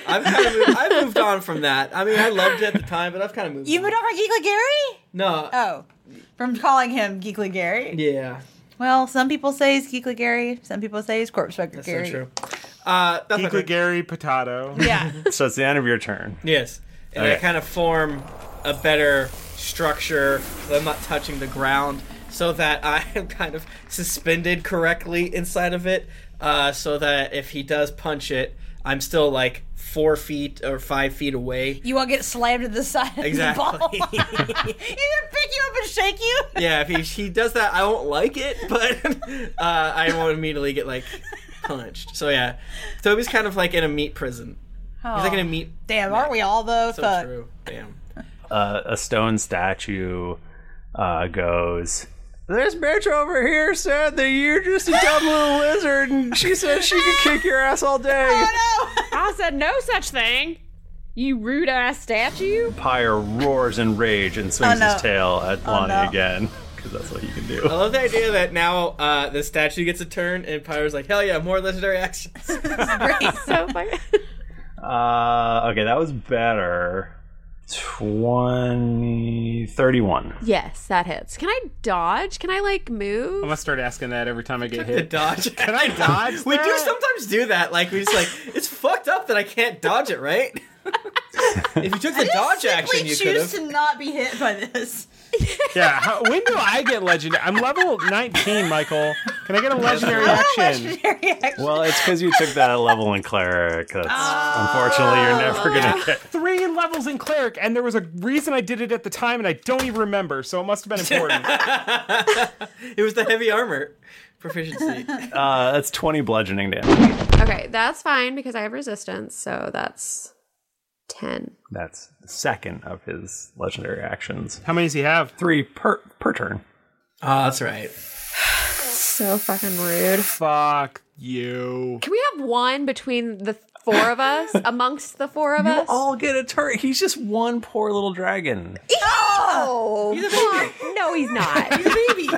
Speaker 5: I've kind of moved, I've moved on from that. I mean, I loved it at the time, but I've kind of moved.
Speaker 2: You moved over Geekly Gary?
Speaker 5: No.
Speaker 2: Oh, from calling him Geekly Gary.
Speaker 5: Yeah.
Speaker 2: Well, some people say he's Geekly Gary. Some people say he's Corpsefucker
Speaker 5: That's
Speaker 2: Gary.
Speaker 5: so true. Uh, that's
Speaker 4: Geekly Gary Potato.
Speaker 2: Yeah.
Speaker 1: so it's the end of your turn.
Speaker 5: Yes. And I
Speaker 1: Okay.
Speaker 5: kind of form a better structure. So I'm not touching the ground, so that I am kind of suspended correctly inside of it. Uh, so that if he does punch it, I'm still like four feet or five feet away.
Speaker 2: You won't get slammed to the side of
Speaker 5: Exactly.
Speaker 2: the ball. He's gonna pick you up and shake you.
Speaker 5: yeah, if he, he does that, I won't like it, but uh, I won't immediately get like punched. So yeah, Toby's kind of like in a meat prison. He's like in a meat.
Speaker 2: Damn, aren't we all though?
Speaker 5: So
Speaker 2: Oh, Fuck.
Speaker 5: true. Damn.
Speaker 1: Uh, a stone statue uh, goes
Speaker 10: This bitch over here said that you're just a dumb little lizard, and she said she could kick your ass all day.
Speaker 3: I said no such thing. You rude ass statue.
Speaker 1: Pyre roars in rage and swings
Speaker 3: Oh, no.
Speaker 1: his tail at
Speaker 3: Oh,
Speaker 1: Lonnie
Speaker 3: no.
Speaker 1: again because that's what he can do.
Speaker 5: I love the idea that now uh, the statue gets a turn, and Pyro's like, "Hell yeah, more legendary actions."
Speaker 3: so funny.
Speaker 1: Uh, okay, that was better. 20, 31.
Speaker 3: Yes, that hits. Can I dodge? Can I like move?
Speaker 4: I'm gonna start asking that every time I get
Speaker 5: The
Speaker 4: hit.
Speaker 5: dodge.
Speaker 4: Can I dodge?
Speaker 5: we do sometimes do that. Like we just like it's fucked up that I can't dodge it, right? if you took the dodge action,
Speaker 2: Simply
Speaker 5: you could
Speaker 2: choose
Speaker 5: have.
Speaker 2: to not be hit by this.
Speaker 4: Yeah. How, when do I get legendary? I'm level 19, Michael. Can I get a legendary
Speaker 2: I want a
Speaker 4: action?
Speaker 2: legendary action.
Speaker 1: Well, it's because you took that level in cleric. That's
Speaker 3: Oh.
Speaker 1: unfortunately you're never gonna get.
Speaker 4: Three levels in cleric, and there was a reason I did it at the time, and I don't even remember, so it must have been important.
Speaker 5: it was the heavy armor proficiency.
Speaker 1: Uh, that's twenty bludgeoning damage.
Speaker 3: Okay, that's fine because I have resistance, so that's ten.
Speaker 1: That's the second of his legendary actions.
Speaker 4: How many does he have?
Speaker 1: Three per per turn.
Speaker 5: Oh, that's right.
Speaker 3: So fucking rude.
Speaker 4: Fuck you.
Speaker 3: Can we have one between the four of us? Amongst the four of us?
Speaker 1: all get a turn. He's just one poor little dragon.
Speaker 3: Oh, fuck. no, he's not. He's
Speaker 5: a baby.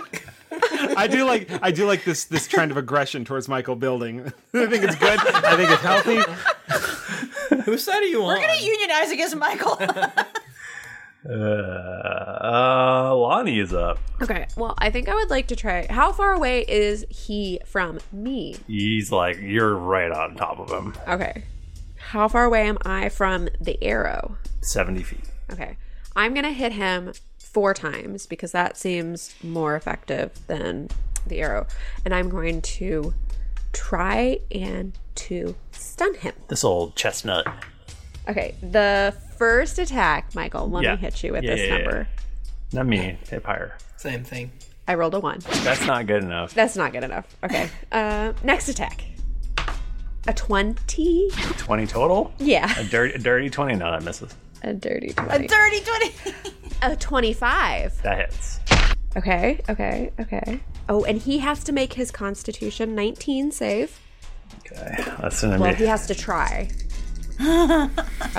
Speaker 4: I do like I do like this this trend of aggression towards Michael building. I think it's good. I think it's healthy.
Speaker 5: Whose side are you
Speaker 2: We're gonna unionize against Michael.
Speaker 1: Uh, uh, Lonnie is up.
Speaker 3: Okay, well, I think I would like to try. How far away is he from me?
Speaker 1: He's like you're right on top of him.
Speaker 3: Okay. How far away am I from the arrow?
Speaker 1: Seventy feet.
Speaker 3: Okay. I'm going to hit him four times because that seems more effective than the arrow. And I'm going to try and to stun him.
Speaker 1: This old chestnut.
Speaker 3: Okay. The first attack, Michael, let
Speaker 1: Yeah.
Speaker 3: me hit you with
Speaker 1: Yeah,
Speaker 3: this
Speaker 1: yeah, yeah.
Speaker 3: number.
Speaker 1: Not me. Hip higher.
Speaker 5: Same thing.
Speaker 3: I rolled a one.
Speaker 1: That's not good enough.
Speaker 3: That's not good enough. Okay. Uh, next attack. A 20.
Speaker 1: Twenty total.
Speaker 3: Yeah.
Speaker 1: A dirty, a dirty twenty. No, that misses.
Speaker 3: A dirty
Speaker 2: a
Speaker 3: 20.
Speaker 2: dirty twenty.
Speaker 3: A 25.
Speaker 1: That hits.
Speaker 3: Okay, okay, okay. Oh, and he has to make his constitution 19 save.
Speaker 1: That's gonna
Speaker 3: Well,
Speaker 1: be.
Speaker 3: he has to try. I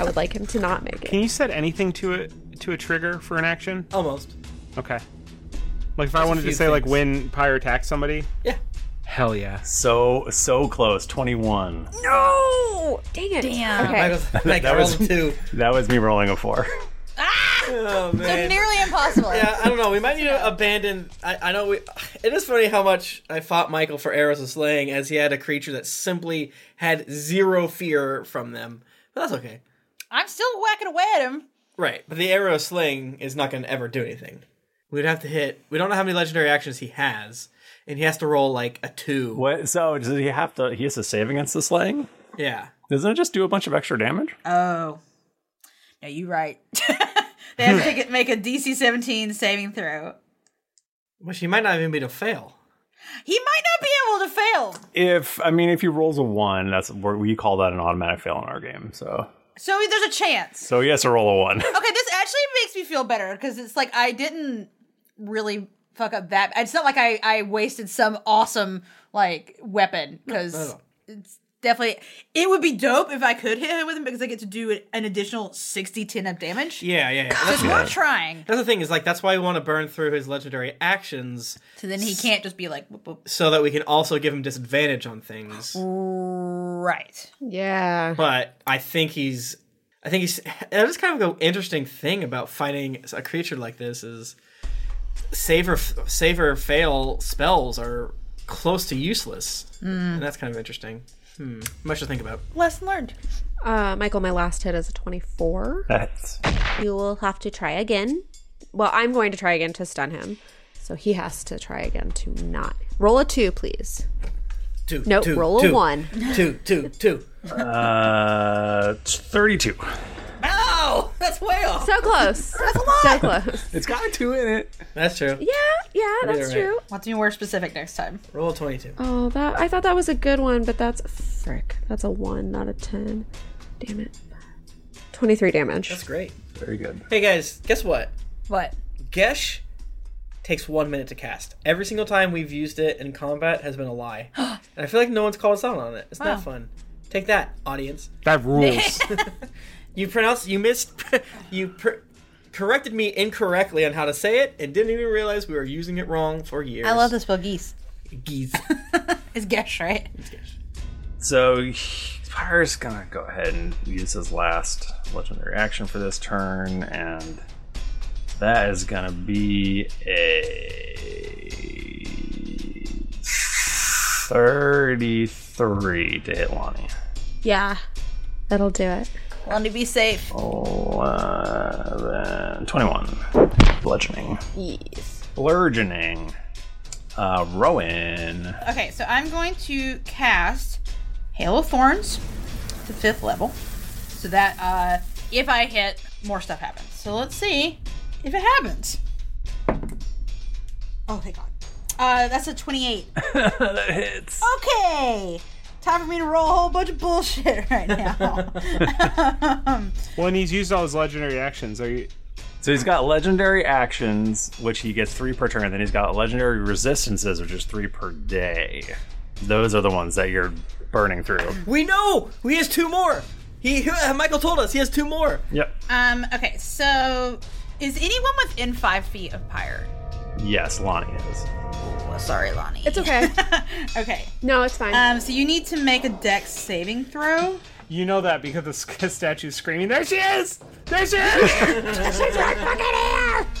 Speaker 3: would like him to not make it. Oh.
Speaker 4: Can you set anything to a to a trigger for an action?
Speaker 5: Almost.
Speaker 4: Okay. Like if I
Speaker 1: There's a
Speaker 4: wanted to
Speaker 1: few
Speaker 4: say like
Speaker 1: things.
Speaker 4: when Pyre attacks somebody.
Speaker 5: Yeah.
Speaker 1: Hell yeah. So so close. Twenty one.
Speaker 3: No! Dang it.
Speaker 2: Damn.
Speaker 3: Okay.
Speaker 5: two.
Speaker 1: That was me rolling a four.
Speaker 5: Oh man.
Speaker 2: Nearly impossible.
Speaker 5: yeah, I don't know. We might need to abandon. I, I know we. It is funny how much I fought Michael for arrows of slaying, as he had a creature that simply had zero fear from them. But that's okay,
Speaker 2: I'm still whacking away at him.
Speaker 5: right? But the arrow of slaying is not going to ever do anything. We'd have to hit. We don't know how many legendary actions he has, and he has to roll like a two.
Speaker 1: What? So does he have to? He has to save against the slaying.
Speaker 5: Yeah.
Speaker 1: Doesn't it just do a bunch of extra damage?
Speaker 3: Uh,
Speaker 2: Oh. No, you right. they have to take it, make a DC 17 saving throw.
Speaker 5: Which he might not even be to fail.
Speaker 2: He might not be able to fail.
Speaker 1: If I mean, if he rolls a one, that's we call that an automatic fail in our game. So
Speaker 2: So there's a chance.
Speaker 1: so he has to roll a one.
Speaker 2: Okay, this actually makes me feel better because it's like I didn't really fuck up that. It's not like I, I wasted some awesome like weapon
Speaker 5: No, not at
Speaker 2: because
Speaker 5: all.
Speaker 2: it's definitely it would be dope if I could hit him with him because I get to do an additional 60 10 up damage.
Speaker 5: Yeah, yeah. yeah.
Speaker 2: Because we're trying.
Speaker 5: That's the thing is like that's why we want to burn through his legendary actions
Speaker 2: So then he can't just be like, whoop, whoop.
Speaker 5: so that we can also give him disadvantage on things.
Speaker 2: right.
Speaker 3: Yeah.
Speaker 5: But I think he's, I think he's. That is kind of an interesting thing about fighting a creature like this is, save or save or fail spells are close to useless,
Speaker 3: Mm.
Speaker 5: and that's kind of interesting. Hmm, much to think about.
Speaker 2: Lesson learned.
Speaker 3: Uh, Michael, my last hit is a 24.
Speaker 1: That's
Speaker 3: You will have to try again. Well, I'm going to try again to stun him. So he has to try again to not. Roll a two, please.
Speaker 5: Two.
Speaker 3: Nope,
Speaker 5: two,
Speaker 3: roll a
Speaker 5: two,
Speaker 3: one.
Speaker 5: Two, two, two.
Speaker 1: Uh, thirty-two.
Speaker 5: Ow! That's way off.
Speaker 3: So close. So close.
Speaker 1: It's got two in it.
Speaker 5: That's true.
Speaker 3: Yeah, yeah, that's true.
Speaker 2: Let's be more specific next time.
Speaker 5: Roll twenty-two.
Speaker 3: Oh, that I thought that was a good one, but that's frick. That's a one, not a ten. Damn it. Twenty-three damage.
Speaker 5: That's great.
Speaker 1: Very good.
Speaker 5: Hey guys, guess what?
Speaker 2: What?
Speaker 5: Gesh takes one minute to cast. Every single time we've used it in combat has been a lie. and I feel like no one's called us out on it. It's
Speaker 2: Wow.
Speaker 5: not fun. Take that, audience.
Speaker 4: That rules.
Speaker 5: you pronounced, you missed, you pr- corrected me incorrectly on how to say it and didn't even realize we were using it wrong for years.
Speaker 2: I love this spell geese.
Speaker 5: Geese.
Speaker 2: it's Gesh, right?
Speaker 1: So he- Pyre's gonna go ahead and use his last legendary action for this turn, and that is gonna be a thirty-three to hit Lonnie.
Speaker 3: Yeah, that'll do it.
Speaker 2: Want to be safe.
Speaker 1: Oh, uh, then twenty-one, bludgeoning,
Speaker 3: Yes.
Speaker 1: bludgeoning. Uh, Rowan.
Speaker 2: Okay, so I'm going to cast Hail of Thorns to fifth level, so that uh, if I hit, more stuff happens. So let's see if it happens. Oh, thank God. Uh, that's a 28.
Speaker 1: that hits.
Speaker 2: Okay, time for me to roll a whole bunch of bullshit right now.
Speaker 4: well, and he's used all his legendary actions. Are you?
Speaker 1: So he's got legendary actions, which he gets three per turn. Then he's got legendary resistances, which is three per day. Those are the ones that you're burning through.
Speaker 5: we know! He has two more! He, uh, Michael told us he has two more.
Speaker 1: Yep.
Speaker 2: um, okay, so is anyone within five feet of Pyre?
Speaker 1: Yes, Lonnie is.
Speaker 2: sorry, Lonnie.
Speaker 3: It's okay.
Speaker 2: Okay.
Speaker 3: No, it's fine.
Speaker 2: Um, so you need to make a Dex saving throw.
Speaker 4: You know that because the sc- statue's screaming. There she is! There she is!
Speaker 3: She's right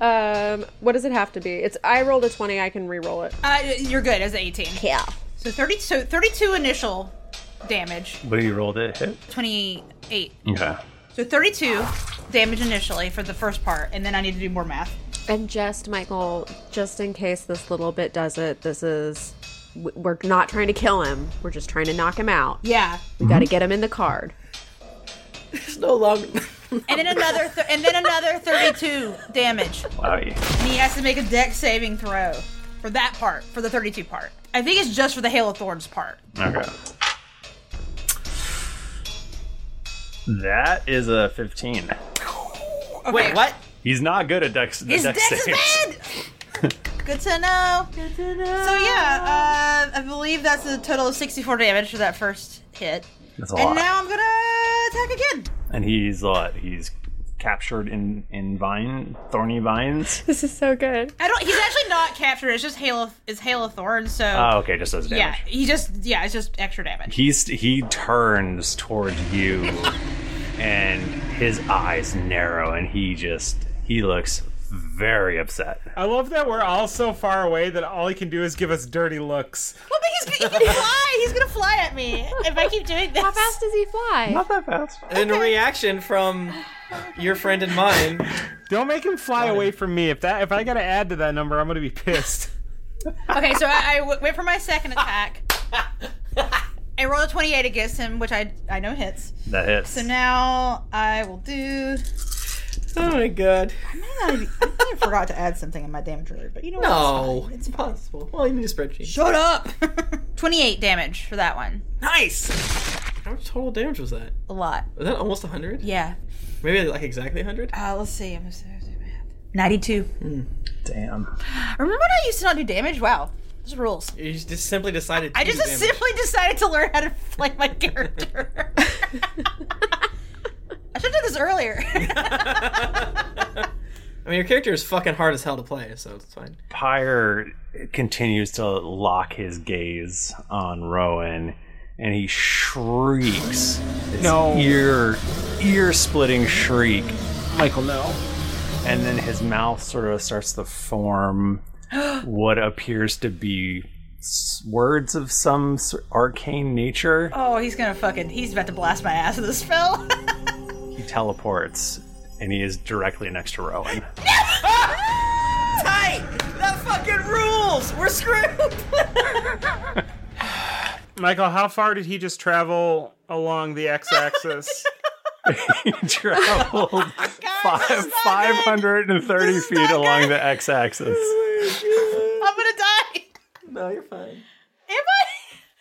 Speaker 3: Um, what does it have to be? It's I rolled a twenty. I can re-roll it.
Speaker 2: Uh, you're good as 18.
Speaker 3: Yeah.
Speaker 2: So 30, so 32 initial damage,
Speaker 1: But you rolled it hit.
Speaker 2: 28.
Speaker 1: Okay.
Speaker 2: So 32 damage initially for the first part, and then I need to do more math.
Speaker 3: And just Michael, just in case this little bit does it, this is w- we're not trying to kill him. We're just trying to knock him out.
Speaker 2: Yeah.
Speaker 3: We got to get him in the card.
Speaker 5: It's no longer.
Speaker 2: And then another, th- and then another 32 damage.
Speaker 1: Wow. yeah.
Speaker 2: And he has to make a Dex saving throw for that part, for the 32 part. I think it's just for the Hail of Thorns part.
Speaker 1: Okay. That is a 15.
Speaker 5: Wait, what?
Speaker 1: He's not good at dex.
Speaker 2: His
Speaker 1: dex
Speaker 2: dex is
Speaker 1: saves.
Speaker 2: Good to know. Good to know. So yeah, uh, I believe that's a total of 64 damage for that first hit.
Speaker 1: That's a
Speaker 2: and
Speaker 1: lot.
Speaker 2: now I'm gonna attack again.
Speaker 1: And he's a lot. He's captured in in vine thorny vines.
Speaker 3: This is so good.
Speaker 2: I don't. He's actually not captured. It's just hail. Of, it's hail of thorns. So.
Speaker 1: Oh, okay, just does
Speaker 2: Yeah,
Speaker 1: damage.
Speaker 2: he just yeah, it's just extra damage.
Speaker 1: He's he turns towards you, and his eyes narrow, and he just he looks very upset.
Speaker 4: I love that we're all so far away that all he can do is give us dirty looks.
Speaker 2: Well, but he's he can fly. He's gonna fly at me if I keep doing this. How fast
Speaker 3: does he fly?
Speaker 1: Not that fast.
Speaker 5: In reaction from your friend and mine,
Speaker 4: Don't make him fly away from me. If that if I gotta add to that number, I'm gonna be pissed.
Speaker 2: Okay, so I, I w- went for my second attack. I rolled a twenty-eight against him, which I I know hits.
Speaker 1: That hits.
Speaker 2: So now I will do.
Speaker 5: Oh my god!
Speaker 2: I may not even, I, may have forgot to add something in my damage order, but you know
Speaker 5: No.
Speaker 2: what? It's, fine. it's possible.
Speaker 5: Well, you need a spreadsheet.
Speaker 2: Shut up. Twenty-eight damage for that one.
Speaker 5: Nice. How much total damage was that?
Speaker 2: A lot.
Speaker 5: Was that almost 100?
Speaker 2: Yeah.
Speaker 5: Maybe like exactly 100?
Speaker 2: Uh, let's see. I'm just- 92.
Speaker 1: Damn.
Speaker 2: Remember when I used to not do damage? Wow. Those rules.
Speaker 5: You just simply decided to
Speaker 2: I just
Speaker 5: do damage.
Speaker 2: simply decided to learn how to play my character. I should have done this earlier.
Speaker 5: I mean, your character is fucking hard as hell to play, so it's fine.
Speaker 1: Pyre continues to lock his gaze on Rowan, and he shrieks. This
Speaker 9: No.
Speaker 1: ear ear splitting shriek. Michael, no. And then his mouth sort of starts to form what appears to be s- words of some s- arcane nature.
Speaker 2: oh, he's gonna fucking. He's about to blast my ass with this spell.
Speaker 1: He teleports, and he is directly next to Rowan.
Speaker 5: Tight! That fucking rules! We're
Speaker 2: screwed!
Speaker 4: Michael, how far did he just travel along the x-axis?
Speaker 1: he traveled five five hundred and thirty feet along the x-axis.
Speaker 2: I'm gonna die.
Speaker 5: No, you're fine.
Speaker 2: Am I?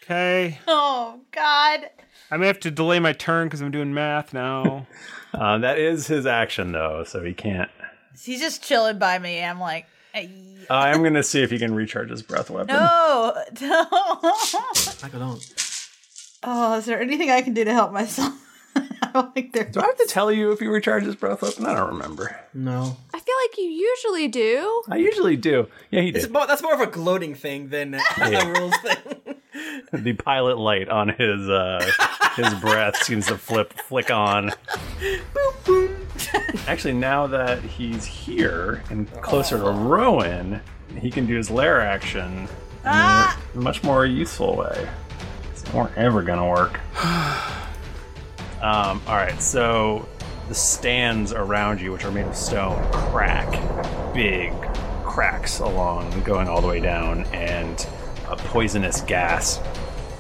Speaker 4: Okay,
Speaker 2: Oh, God.
Speaker 4: I may have to delay my turn because I'm doing math now.
Speaker 1: Uh, that is his action, though, so he can't.
Speaker 2: He's just chilling by me. I'm like, "Hey,
Speaker 1: Uh, I'm going to see if he can recharge his breath weapon.
Speaker 2: no, no.
Speaker 5: Michael, don't.
Speaker 2: oh, is there anything I can do to help myself? Do
Speaker 1: I have to tell you if he recharges breath weapon? I don't remember.
Speaker 5: No.
Speaker 11: I feel like you usually do.
Speaker 1: I usually do. Yeah, he
Speaker 5: It's
Speaker 1: did.
Speaker 5: more, that's more of a gloating thing than a rules thing.
Speaker 1: the pilot light on his uh, his breath seems to flip flick on. Actually, now that he's here and closer to Rowan, he can do his lair action in a much more useful way. It's not ever gonna work. Um, all right, so the stands around you, which are made of stone, crack, big cracks along, going all the way down, and a poisonous gas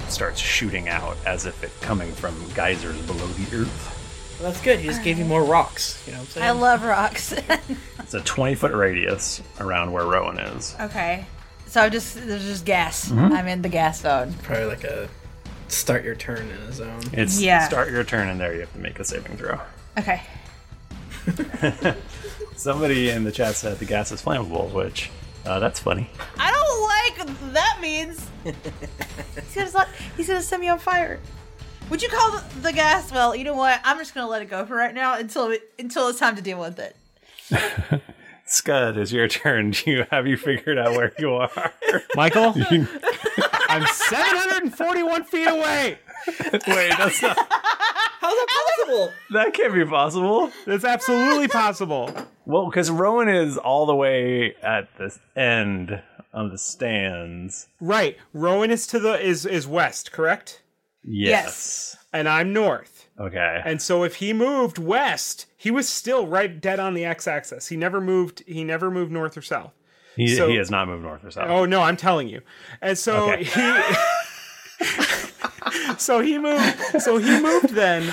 Speaker 1: starts shooting out as if it coming from geysers below the earth.
Speaker 5: Well, that's good. He just gave you more rocks. You know what I'm saying?
Speaker 2: I love rocks.
Speaker 1: It's a 20 foot radius around where Rowan is.
Speaker 2: okay. So I'm just, there's just gas.
Speaker 1: Mhm.
Speaker 5: Mm-hmm.
Speaker 2: I'm in the gas zone.
Speaker 5: Probably like a start your turn in a zone.
Speaker 1: It's
Speaker 2: Yeah.
Speaker 1: start your turn in there. You have to make a saving throw.
Speaker 2: Okay.
Speaker 1: Somebody in the chat said the gas is flammable, which uh, that's funny.
Speaker 2: I don't like what that means. he's, gonna, set- he's gonna set me on fire. Would you call the, the gas? Well, you know what? I'm just gonna let it go for right now until it, until it's time to deal with it.
Speaker 1: Scud, it's your turn. Do you have you figured out where you are,
Speaker 4: Michael?
Speaker 1: I'm
Speaker 4: 741 feet away.
Speaker 1: Wait, that's not.
Speaker 5: How's that possible?
Speaker 1: That can't be possible.
Speaker 4: That's absolutely possible.
Speaker 1: Well, because Rowan is all the way at the end of the stands.
Speaker 4: Right. Rowan is to the is is west, correct?
Speaker 1: Yes.
Speaker 4: And I'm north.
Speaker 1: Okay.
Speaker 4: And so if he moved west, he was still right dead on the x-axis. He never moved he never moved north or south.
Speaker 1: He,
Speaker 4: So-
Speaker 1: he has not moved north or south.
Speaker 4: Oh no, I'm telling you. And so
Speaker 1: Okay.
Speaker 4: he So he moved so he moved then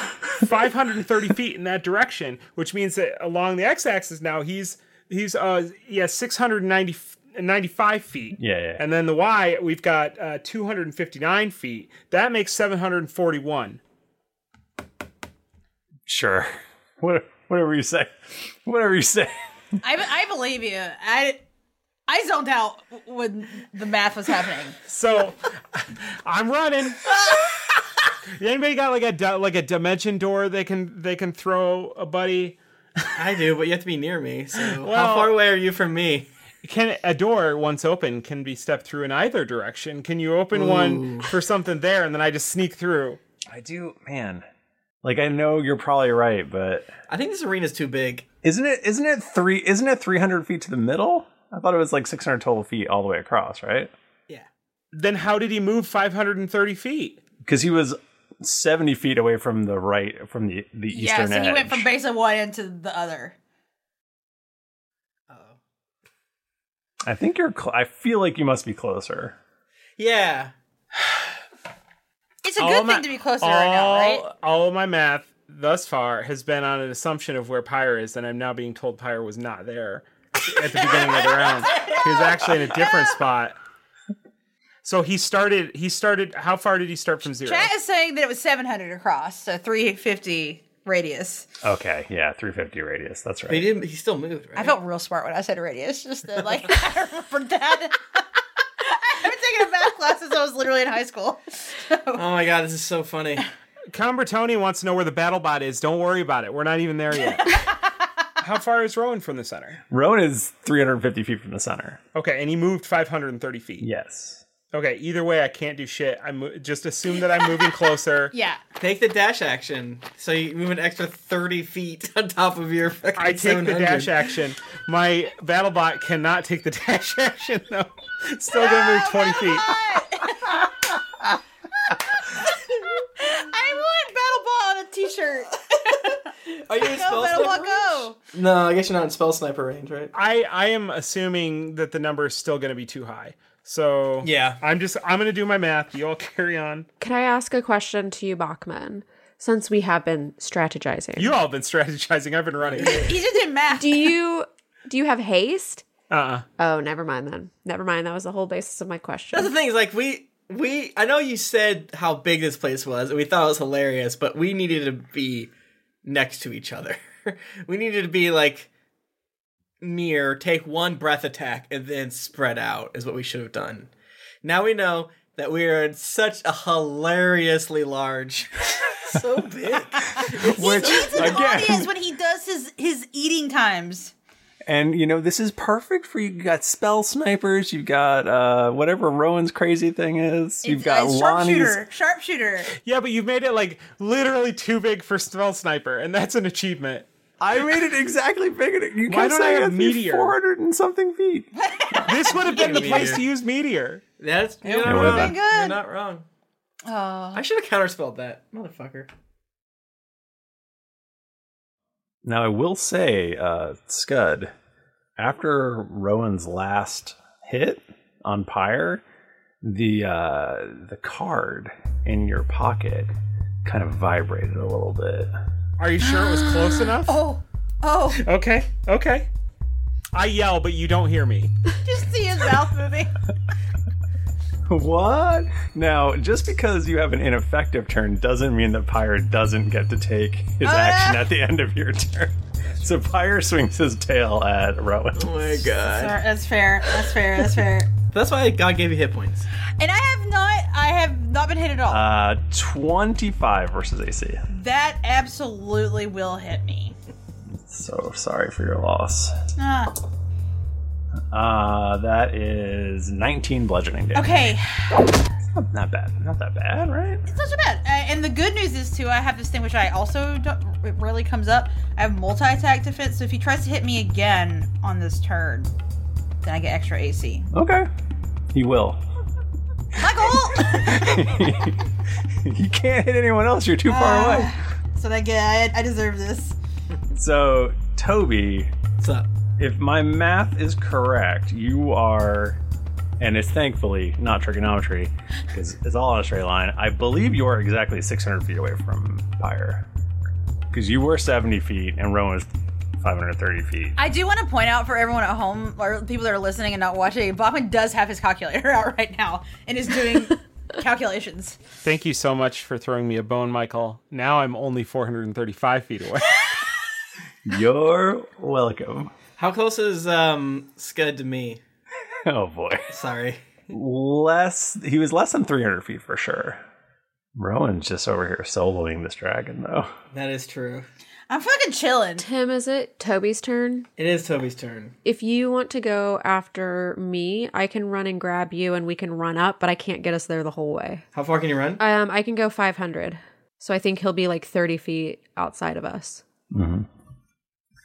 Speaker 4: 530 feet in that direction, which means that along the x-axis now he's he's uh yeah 690 95 feet.
Speaker 1: Yeah, yeah.
Speaker 4: And then the y we've got uh 259 feet. That makes 741.
Speaker 1: Sure. What, whatever you say. Whatever you say.
Speaker 2: I, be- I believe you. I I zoned out w- when the math was happening.
Speaker 4: So I'm running. Anybody got like a di- like a dimension door they can they can throw a buddy?
Speaker 5: I do, but you have to be near me. So how
Speaker 4: Well-
Speaker 5: far away are you from me?
Speaker 4: Can a door once open can be stepped through in either direction? Can you open one
Speaker 1: Ooh.
Speaker 4: for something there and then I just sneak through?
Speaker 1: I do, man. Like I know you're probably right, but
Speaker 5: I think this arena's too big.
Speaker 1: Isn't it? Isn't it three? Isn't it 300 feet to the middle? I thought it was like 600 total feet all the way across, right?
Speaker 4: Then how did he move 530 feet?
Speaker 1: Because he was 70 feet away from the right from the the
Speaker 2: Yeah,
Speaker 1: eastern
Speaker 2: so
Speaker 1: edge.
Speaker 2: he went from base of one end to the other.
Speaker 1: I think you're. Cl- I feel like you must be closer.
Speaker 5: Yeah.
Speaker 2: It's a
Speaker 4: All
Speaker 2: good
Speaker 4: my-
Speaker 2: thing to be closer right now, right?
Speaker 4: All of my math thus far has been on an assumption of where Pyre is, and I'm now being told Pyre was not there at the beginning of the round. He was actually in a different spot. So he started. He started. How far did he start from zero?
Speaker 2: Chat is saying that it was 700 across, so 350 radius.
Speaker 1: Okay, yeah, 350 radius. That's right.
Speaker 5: He didn't. He still moved.
Speaker 2: I felt real smart when I said radius, just that, like, I remembered that. I haven't taken a math class since I was literally in high school.
Speaker 5: Oh my god, this is so funny.
Speaker 4: Combertoni wants to know where the battle bot is. Don't worry about it. We're not even there yet. how far is Rowan from the center?
Speaker 1: Rowan is 350 feet from the center.
Speaker 4: Okay, and he moved 530 feet.
Speaker 1: Yes.
Speaker 4: Okay. Either way, I can't do shit. I mo- just assume that I'm moving closer.
Speaker 2: Yeah.
Speaker 5: Take the dash action. So you move an extra 30 feet on top of your fucking
Speaker 4: I take the
Speaker 5: 700.
Speaker 4: dash action. My BattleBot cannot take the dash action though. Still gonna move twenty feet.
Speaker 2: I want Battle Ball on a t shirt.
Speaker 5: Are you in spell
Speaker 2: Battle Ball
Speaker 5: sniper
Speaker 2: Go!
Speaker 5: No, I guess you're not in spell sniper range, right?
Speaker 4: I I am assuming that the number is still gonna be too high. So
Speaker 5: yeah,
Speaker 4: I'm just I'm gonna do my math. You all carry on.
Speaker 3: Can I ask a question to you, Bachman? Since we have been strategizing,
Speaker 4: You all have been strategizing. I've been running.
Speaker 2: He's just in math.
Speaker 3: Do you do you have haste?
Speaker 4: Uh. uh
Speaker 3: Oh, never mind then. Never mind. That was the whole basis of my question.
Speaker 5: That's the thing is like we we I know you said how big this place was and we thought it was hilarious, but we needed to be next to each other. we needed to be like near, take one breath attack and then spread out is what we should have done. Now we know that we are in such a hilariously large so big.
Speaker 1: Which
Speaker 2: Audience when he does his, his eating times.
Speaker 1: And you know, this is perfect for you. you got spell snipers, you've got uh whatever Rowan's crazy thing is. You've got Lonnie's
Speaker 2: Sharpshooter.
Speaker 4: Yeah, but you've made it like literally too big for spell sniper, and that's an achievement.
Speaker 1: I made it exactly big enough. You
Speaker 4: Why
Speaker 1: kept
Speaker 4: don't I
Speaker 1: saying it
Speaker 4: have
Speaker 1: had to be
Speaker 4: meteor?
Speaker 1: 400 and something feet.
Speaker 4: this would have been the place to
Speaker 5: Meteor.
Speaker 4: use meteor.
Speaker 5: That's
Speaker 4: Yeah,
Speaker 5: you're
Speaker 4: it
Speaker 5: not
Speaker 4: would've
Speaker 5: wrong.
Speaker 4: been
Speaker 5: You're not wrong.
Speaker 2: Oh.
Speaker 5: I should have counterspelled that. Motherfucker.
Speaker 1: Now I will say, uh, Scud, after Rowan's last hit on Pyre, the uh, the card in your pocket kind of vibrated a little bit.
Speaker 4: Are you sure it was close enough?
Speaker 2: Oh, oh.
Speaker 4: Okay, okay. I yell, but you don't hear me.
Speaker 2: Just see his mouth moving.
Speaker 1: what? Now, just because you have an ineffective turn doesn't mean that Pyre doesn't get to take his
Speaker 2: Oh,
Speaker 1: action at the end of your turn. So Pyre swings his tail at Rowan.
Speaker 5: Oh my
Speaker 2: Sorry, that's fair. That's fair. That's fair.
Speaker 5: That's why God gave you hit points.
Speaker 2: And I have not. I have not been hit at all.
Speaker 1: Uh, 25 versus AC.
Speaker 2: that absolutely will hit me.
Speaker 1: So sorry for your loss.
Speaker 2: Ah.
Speaker 1: Uh, that is 19 bludgeoning damage.
Speaker 2: Okay.
Speaker 1: Not, not bad. Not that bad, right?
Speaker 2: It's not so bad. Uh, and the good news is too. I have this thing which I also don't. It rarely comes up. I have multi-attack defense. So if he tries to hit me again on this turn, then I get extra AC.
Speaker 1: Okay. He will. you can't hit anyone else. You're too far
Speaker 2: Ah.
Speaker 1: away.
Speaker 2: So that get. I, I deserve this.
Speaker 1: So, Toby.
Speaker 5: What's up?
Speaker 1: If my math is correct, you are, and it's thankfully not trigonometry, because it's all on a straight line. I believe you are exactly 600 feet away from Pyre. Because you were 70 feet and Rowan was 530 feet.
Speaker 2: I do want to point out for everyone at home or people that are listening and not watching, Bachman does have his calculator out right now and is doing calculations.
Speaker 4: Thank you so much for throwing me a bone, Michael. Now I'm only 435 feet away.
Speaker 1: You're welcome.
Speaker 5: How close is um Scud to me?
Speaker 1: Oh boy.
Speaker 5: Sorry.
Speaker 1: Less. He was less than 300 feet for sure. Rowan's just over here soloing this dragon, though.
Speaker 5: That is true.
Speaker 2: I'm fucking chilling.
Speaker 3: Tim, is it Toby's turn?
Speaker 5: It is Toby's turn.
Speaker 3: If you want to go after me, I can run and grab you and we can run up, but I can't get us there the whole way.
Speaker 5: How far can you
Speaker 2: Uh,
Speaker 5: run?
Speaker 3: Um, I can go 500. So I think he'll be like 30 feet outside of us.
Speaker 1: Mm-hmm.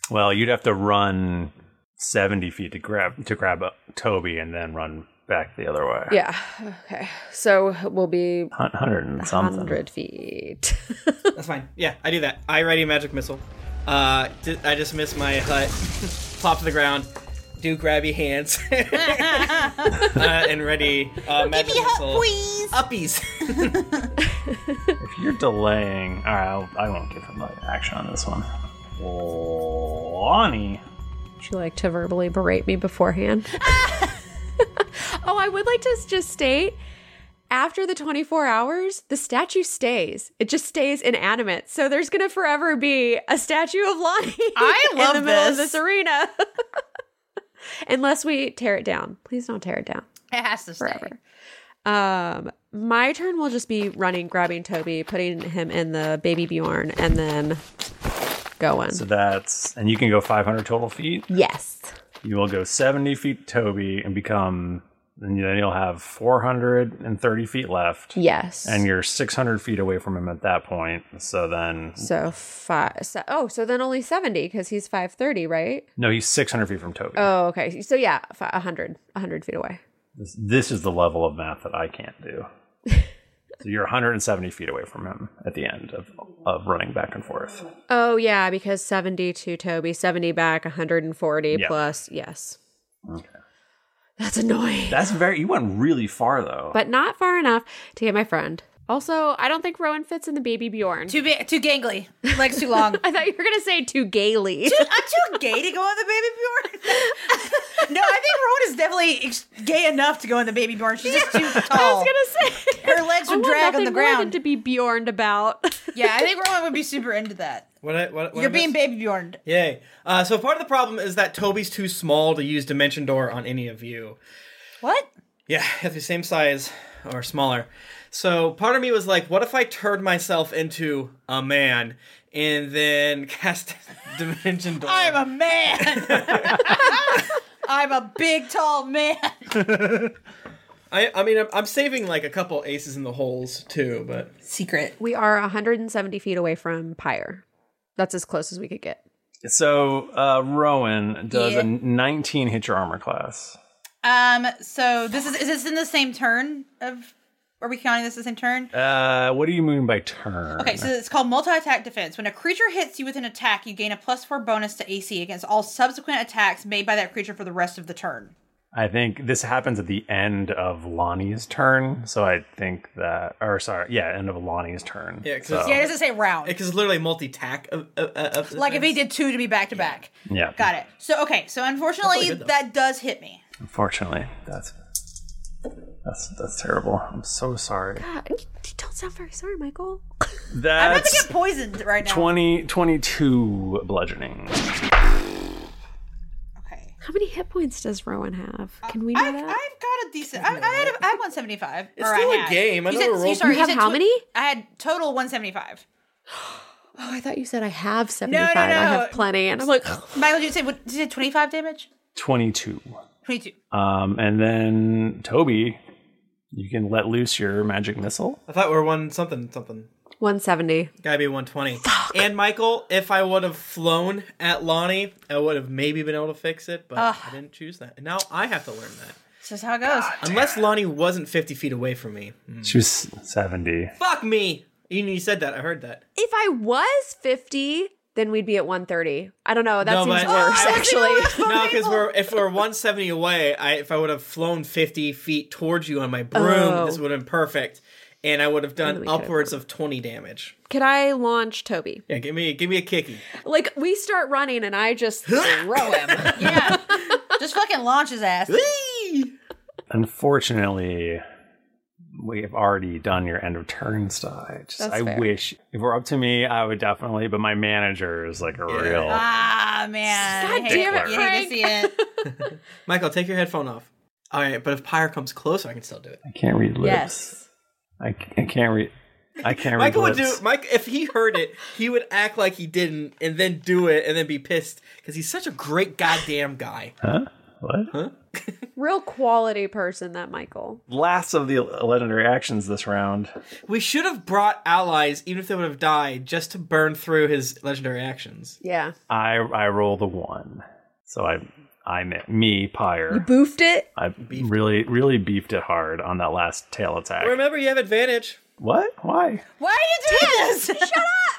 Speaker 1: Well, you'd have to run seventy feet to grab to grab uh, Toby and then run back the other way.
Speaker 3: Yeah. Okay. So we'll be
Speaker 1: Hun- hundred and something.
Speaker 3: 100 feet.
Speaker 5: That's fine. Yeah, I do that. I ready magic missile. Uh, di- I just miss my hut. Plop to the ground. Do grabby hands uh, and ready uh, magic missile. Uppies.
Speaker 1: If you're delaying, all right, I'll, I won't give him like action on this one. Lonnie.
Speaker 3: Would you like to verbally berate me beforehand? oh, I would like to s- just state after the 24 hours, the statue stays. It just stays inanimate. So there's going to forever be a statue of Lonnie
Speaker 2: I love
Speaker 3: in the middle of
Speaker 2: this.
Speaker 3: this arena. Unless we tear it down. Please don't tear it down.
Speaker 2: It has to stay.
Speaker 3: Um, my turn will just be running, grabbing Toby, putting him in the baby Bjorn, and then going.
Speaker 1: So that's and you can go five hundred total feet.
Speaker 3: Yes.
Speaker 1: You will go seventy feet, Toby, and become. And then you'll have four hundred and thirty feet left.
Speaker 3: Yes.
Speaker 1: And you're six hundred feet away from him at that point. So then.
Speaker 3: So five. So, oh, so then only seventy because he's five thirty, right?
Speaker 1: No, he's six hundred feet from Toby.
Speaker 3: Oh, okay. So yeah, fi- a hundred, a hundred feet away.
Speaker 1: This, this is the level of math that I can't do. so you're 170 feet away from him at the end of, of running back and forth.
Speaker 3: Oh yeah, because seventy to Toby, seventy back, hundred and forty
Speaker 1: Yeah.
Speaker 3: plus. Yes,
Speaker 1: Okay.
Speaker 3: That's annoying.
Speaker 1: That's very. You went really far though.
Speaker 3: but not far enough to get my friend. Also, I don't think Rowan fits in the baby Bjorn. Too
Speaker 2: big, too gangly, legs too long.
Speaker 3: I thought you were gonna say too gaily.
Speaker 2: Dude, I'm too gay to go on the baby Bjorn. no, I think Rowan is definitely ex- gay enough to go on the baby Bjorn. She's just too tall.
Speaker 3: I was gonna say
Speaker 2: her legs
Speaker 3: I
Speaker 2: would
Speaker 3: want
Speaker 2: drag on the
Speaker 3: nothing more than
Speaker 2: ground.
Speaker 3: to be Bjorned about.
Speaker 2: yeah, I think Rowan would be super into that.
Speaker 5: What, I- what, what
Speaker 2: You're
Speaker 5: I
Speaker 2: being
Speaker 5: miss?
Speaker 2: baby Bjorned.
Speaker 5: Yay. Uh, so part of the problem is that Toby's too small to use Dimension Door on any of you.
Speaker 2: What?
Speaker 5: Yeah, have the same size or smaller. So part of me was like, what if I turned myself into a man and then cast Dimension Door?
Speaker 2: I'm a man. I'm a big tall man.
Speaker 5: I, I mean, I'm, I'm saving like a couple aces in the holes too, but
Speaker 2: Secret.
Speaker 3: We are 170 feet away from Pyre. That's as close as we could get.
Speaker 1: So uh, Rowan does
Speaker 2: Yeah.
Speaker 1: a 19 hit your armor class.
Speaker 2: Um. So this is is this in the same turn of? Are we counting this as the same turn?
Speaker 1: Uh, what do you mean by turn?
Speaker 2: Okay, so it's called multi attack defense. When a creature hits you with an attack, you gain a plus four bonus to AC against all subsequent attacks made by that creature for the rest of the turn.
Speaker 1: I think this happens at the end of Lonnie's turn. So I think that, or sorry, yeah, end of Lonnie's turn.
Speaker 5: Yeah,
Speaker 1: so,
Speaker 2: Yeah, it doesn't say round.
Speaker 5: because it's literally multi tack. Of, of, of
Speaker 2: Like if he did two to be back to back.
Speaker 1: yeah.
Speaker 2: Got it. So okay, so unfortunately
Speaker 1: good, though.
Speaker 2: that does hit me.
Speaker 1: Unfortunately, that's that's that's terrible. I'm so sorry.
Speaker 3: Uh, You don't sound very sorry, Michael.
Speaker 1: That's
Speaker 2: I'm about to get poisoned right now.
Speaker 1: 20, 22 bludgeoning.
Speaker 3: How many hit points does Rowan have? Can we know that?
Speaker 2: I've got a decent. I, I had. A, I had 175.
Speaker 3: It's
Speaker 2: or
Speaker 3: still
Speaker 2: I
Speaker 3: a
Speaker 2: had.
Speaker 3: game. I
Speaker 2: You
Speaker 3: know
Speaker 2: said-
Speaker 3: we're roll-
Speaker 2: sorry,
Speaker 3: You have
Speaker 2: said
Speaker 3: how
Speaker 2: tw-
Speaker 3: many?
Speaker 2: I had total 175.
Speaker 3: oh, I thought you said I have
Speaker 2: No,
Speaker 3: 75.
Speaker 2: no, no.
Speaker 3: I have plenty. And I'm like,
Speaker 2: Michael, did you say what, did you say 25 damage?
Speaker 1: 22.
Speaker 2: 22.
Speaker 1: Um, and then Toby, you can let loose your magic missile.
Speaker 5: I thought we were one something something.
Speaker 3: 170.
Speaker 5: Gotta be 120. And Michael, if I would have flown at Lonnie, I would have maybe been able to fix it, but
Speaker 2: Ugh.
Speaker 5: I didn't choose that. And now I have to learn that.
Speaker 2: This is how it goes.
Speaker 5: Unless Lonnie wasn't 50 feet away from me.
Speaker 1: She was 70.
Speaker 5: Fuck me! You knew you said that. I heard that.
Speaker 3: If I was 50, then we'd be at 130. I don't know. That seems
Speaker 2: Oh,
Speaker 3: worse, Oh, actually.
Speaker 5: no, because we're if we're 170 away, I if I would have flown 50 feet towards you on my broom,
Speaker 3: Oh.
Speaker 5: this would have been perfect, and I would have
Speaker 3: Then we
Speaker 5: done
Speaker 3: could have
Speaker 5: upwards of 20 damage.
Speaker 3: Could I launch Toby?
Speaker 5: Yeah, give me give me a kicky.
Speaker 3: Like, we start running and I just throw him.
Speaker 2: Just fucking launch his ass.
Speaker 1: Unfortunately, we have already done your end of turn stage.
Speaker 2: That's
Speaker 1: I
Speaker 2: fair.
Speaker 1: wish if it were up to me, I would definitely, but my manager is like a real.
Speaker 2: Ah man.
Speaker 3: God
Speaker 2: I hate
Speaker 3: damn it,
Speaker 2: you hate to see it.
Speaker 5: Michael, take your headphone off. All right, but if Pyre comes closer, I can still do it.
Speaker 1: I can't read lips.
Speaker 2: Yes.
Speaker 1: I, c- I can't read. I can't read
Speaker 5: Michael would do
Speaker 1: lips.
Speaker 5: Mike if he heard it, he would act like he didn't, and then do it, and then be pissed because he's such a great goddamn guy.
Speaker 1: Huh? What?
Speaker 5: Huh?
Speaker 3: Real quality person, that Michael.
Speaker 1: Last of the legendary actions this round.
Speaker 5: We should have brought allies, even if they would have died, just to burn through his legendary actions.
Speaker 3: Yeah.
Speaker 1: I I rolled a one, so I I mi- me
Speaker 3: You
Speaker 1: pyre.
Speaker 3: boofed it?
Speaker 1: I really really beefed it hard on that last tail attack.
Speaker 5: Remember, you have advantage.
Speaker 1: What? Why?
Speaker 2: Why are you doing this? Shut up!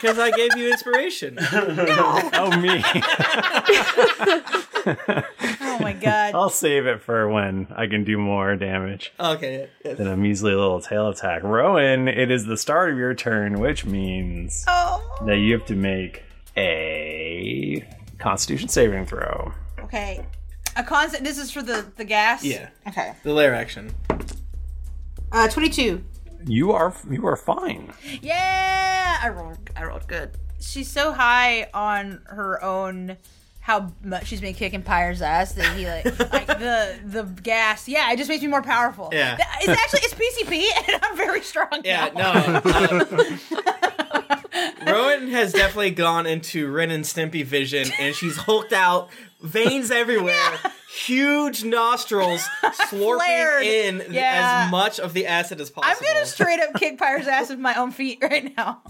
Speaker 5: Because I gave you inspiration.
Speaker 1: oh me.
Speaker 2: oh my god.
Speaker 1: I'll save it for when I can do more damage
Speaker 5: Okay. yes.
Speaker 1: than a measly little tail attack. Rowan, it is the start of your turn, which means
Speaker 5: Oh.
Speaker 1: that you have to make a Constitution saving throw.
Speaker 2: Okay. A constant. This is for the the gas.
Speaker 1: Yeah.
Speaker 2: Okay.
Speaker 5: The lair action.
Speaker 2: Uh, twenty-two.
Speaker 1: You are you are fine.
Speaker 2: Yeah, I rolled. I rolled good. She's so high on her own, how much she's been kicking Pyre's ass that he like, like the the gas. Yeah, it just makes me more powerful.
Speaker 5: Yeah.
Speaker 2: That- it's actually it's PCP, and I'm very strong.
Speaker 5: Yeah, uh,
Speaker 2: now.
Speaker 5: Rowan has definitely gone into Ren and Stimpy vision, and she's hulked out, veins everywhere, huge nostrils slurping
Speaker 2: Flared.
Speaker 5: in
Speaker 2: Yeah.
Speaker 5: as much of the acid as possible.
Speaker 2: I'm gonna straight up kick Pyre's ass with my own feet right now.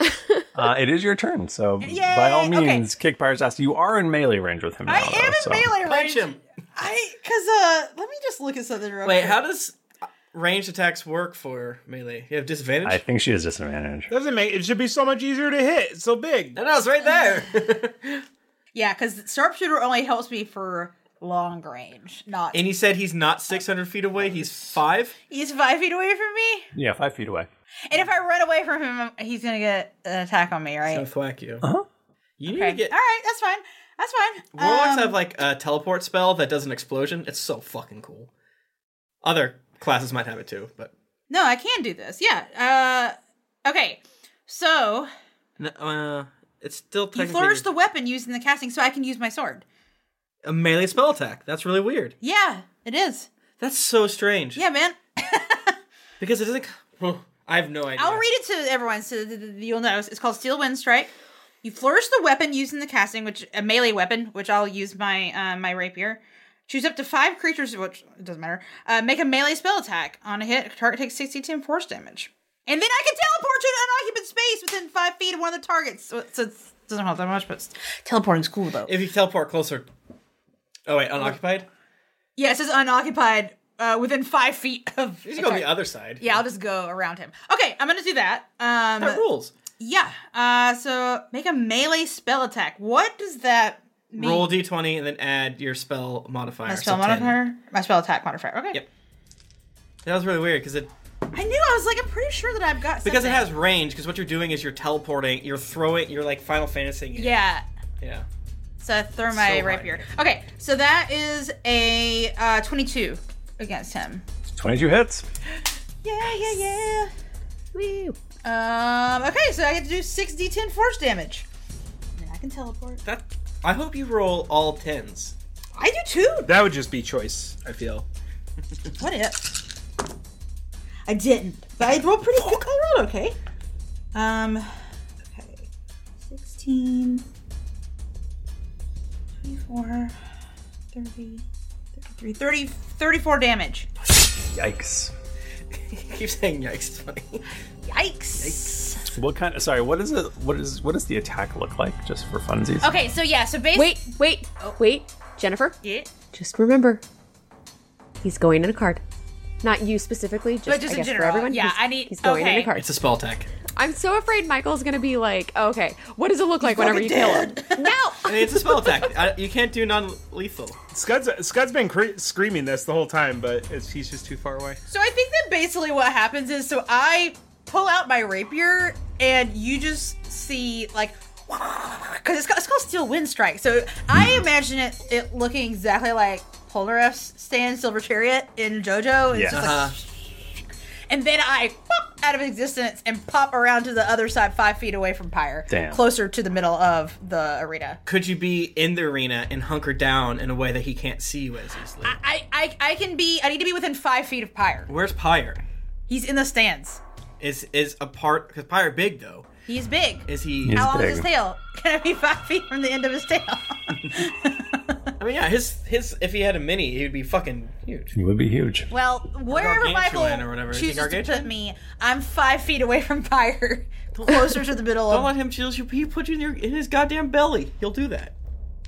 Speaker 5: Oh,
Speaker 1: Uh, it is your turn, so
Speaker 2: Yay!
Speaker 1: by all
Speaker 2: Okay.
Speaker 1: means, kick Pyre's ass. You are in melee range with him. Now,
Speaker 2: I am in
Speaker 1: so.
Speaker 2: melee range.
Speaker 5: him.
Speaker 2: I because uh, let me just look at something real
Speaker 5: Wait,
Speaker 2: quick.
Speaker 5: how does uh, ranged attacks work for melee? You have disadvantage?
Speaker 1: I think she has disadvantage.
Speaker 4: Doesn't make it should be so much easier to hit. It's so big.
Speaker 5: And I was right there.
Speaker 2: Yeah, because sharpshooter only helps me for long range, not.
Speaker 5: and he said he's not 600 feet away, he's five?
Speaker 2: He's five feet away from me,
Speaker 1: Yeah, five feet away.
Speaker 2: and if I run away from him, he's gonna get an attack on me, right?
Speaker 5: I'll thwack you. Uh-huh. You need
Speaker 2: Okay.
Speaker 5: to get.
Speaker 2: All right, that's fine. That's fine.
Speaker 5: Warlocks
Speaker 2: Um,
Speaker 5: have like a teleport spell that does an explosion. It's so fucking cool. Other classes might have it too, but
Speaker 2: no, I can do this. Yeah. Uh, okay. So
Speaker 5: No, uh, it's still
Speaker 2: you
Speaker 5: technically
Speaker 2: flourish the weapon used in the casting, so I can use my sword.
Speaker 5: a melee spell attack. That's really weird.
Speaker 2: Yeah, it is.
Speaker 5: That's so strange.
Speaker 2: Yeah, man.
Speaker 5: Because it doesn't. c- I have no idea.
Speaker 2: I'll read it to everyone so that that you'll know. It's called Steel Wind Strike. You flourish the weapon used in the casting, which a melee weapon, which I'll use my uh, my rapier. Choose up to five creatures, which it doesn't matter. Uh, make a melee spell attack on a hit. Target takes sixty ten force damage, and then I can teleport to an unoccupied space within five feet of one of the targets. So, so it doesn't help that much, but teleporting's cool though.
Speaker 5: If you teleport closer. Oh wait, unoccupied.
Speaker 2: yeah, it says unoccupied uh, within five feet of.
Speaker 5: You should go on the other side.
Speaker 2: Yeah, I'll just go around him. Okay, I'm gonna do that. Um,
Speaker 5: That rules.
Speaker 2: Yeah. Uh, so make a melee spell attack. What does that mean?
Speaker 5: Roll d20 and then add your spell modifier.
Speaker 2: my spell
Speaker 5: so 10.
Speaker 2: modifier. My spell attack modifier. Okay.
Speaker 5: Yep. That was really weird because it
Speaker 2: I knew. I was like, I'm pretty sure that I've got.
Speaker 5: because
Speaker 2: something.
Speaker 5: it has range. Because what you're doing is you're teleporting. You're throwing. You're like Final Fantasy.
Speaker 2: Yeah.
Speaker 5: Yeah.
Speaker 2: So I throw
Speaker 5: So
Speaker 2: my
Speaker 5: high.
Speaker 2: rapier. Okay. So that is a uh, 22 against him.
Speaker 1: Twenty-two hits.
Speaker 2: Yeah. Yeah. Yeah. Woo. Um. Okay. So I get to do 6d10 force damage. And I can teleport.
Speaker 5: That. I hope you roll all tens.
Speaker 2: I do too.
Speaker 4: That would just be choice. I feel.
Speaker 2: What if? I didn't, but I rolled pretty good. I rolled okay. Um, okay, 16, 24, 30, 33, 30, 34 damage.
Speaker 1: Yikes.
Speaker 5: keep saying yikes. It's funny.
Speaker 2: Yikes.
Speaker 1: What kind of? Sorry. What is it? What is? What does the attack look like? Just for funsies.
Speaker 2: Okay, so yeah, so basically.
Speaker 3: Wait, wait, oh, wait, Jennifer.
Speaker 2: Yeah.
Speaker 3: Just remember, he's going in a card. Not you specifically, just,
Speaker 2: But just in
Speaker 3: I guess
Speaker 2: general,
Speaker 3: for everyone.
Speaker 2: yeah,
Speaker 3: he's,
Speaker 2: I need-
Speaker 3: He's going in
Speaker 2: okay.
Speaker 3: a card.
Speaker 5: It's a spell attack.
Speaker 3: I'm so afraid Michael's gonna be like, okay, what does it look like whenever you kill him?
Speaker 5: I mean, it's a spell attack. I, you can't do non-lethal.
Speaker 4: Scud's Scud's been cre- screaming this the whole time, but it's, he's just too far away.
Speaker 2: So I think that basically what happens is so I pull out my rapier and you just see like because it's, ca- it's called steel wind strike. So I imagine it it looking exactly like Polnareff's stand silver chariot in JoJo. And, it's just
Speaker 5: Uh-huh.
Speaker 2: like, and then I pop out of existence and pop around to the other side five feet away from Pyre,
Speaker 5: Damn.
Speaker 2: closer to the middle of the arena.
Speaker 5: Could you be in the arena and hunker down in a way that he can't see you as easily?
Speaker 2: I I, I can be I need to be within five feet of Pyre.
Speaker 5: Where's Pyre?
Speaker 2: He's in the stands.
Speaker 5: Is is a part because Pirate Big though?
Speaker 2: He's big.
Speaker 5: Is he?
Speaker 2: How long is his tail? Can it be five feet from the end of his tail?
Speaker 5: I mean, yeah, his his if he had a mini, he'd be fucking huge.
Speaker 1: It would be huge.
Speaker 2: Well, wherever
Speaker 5: Gargantuan or
Speaker 2: Michael
Speaker 5: whatever. Is he
Speaker 2: chooses to
Speaker 5: gargantuan?
Speaker 2: put me, I'm five feet away from fire, closer to the middle
Speaker 5: Don't
Speaker 2: of.
Speaker 5: let him choose you. He put you in your in his goddamn belly. He'll do that.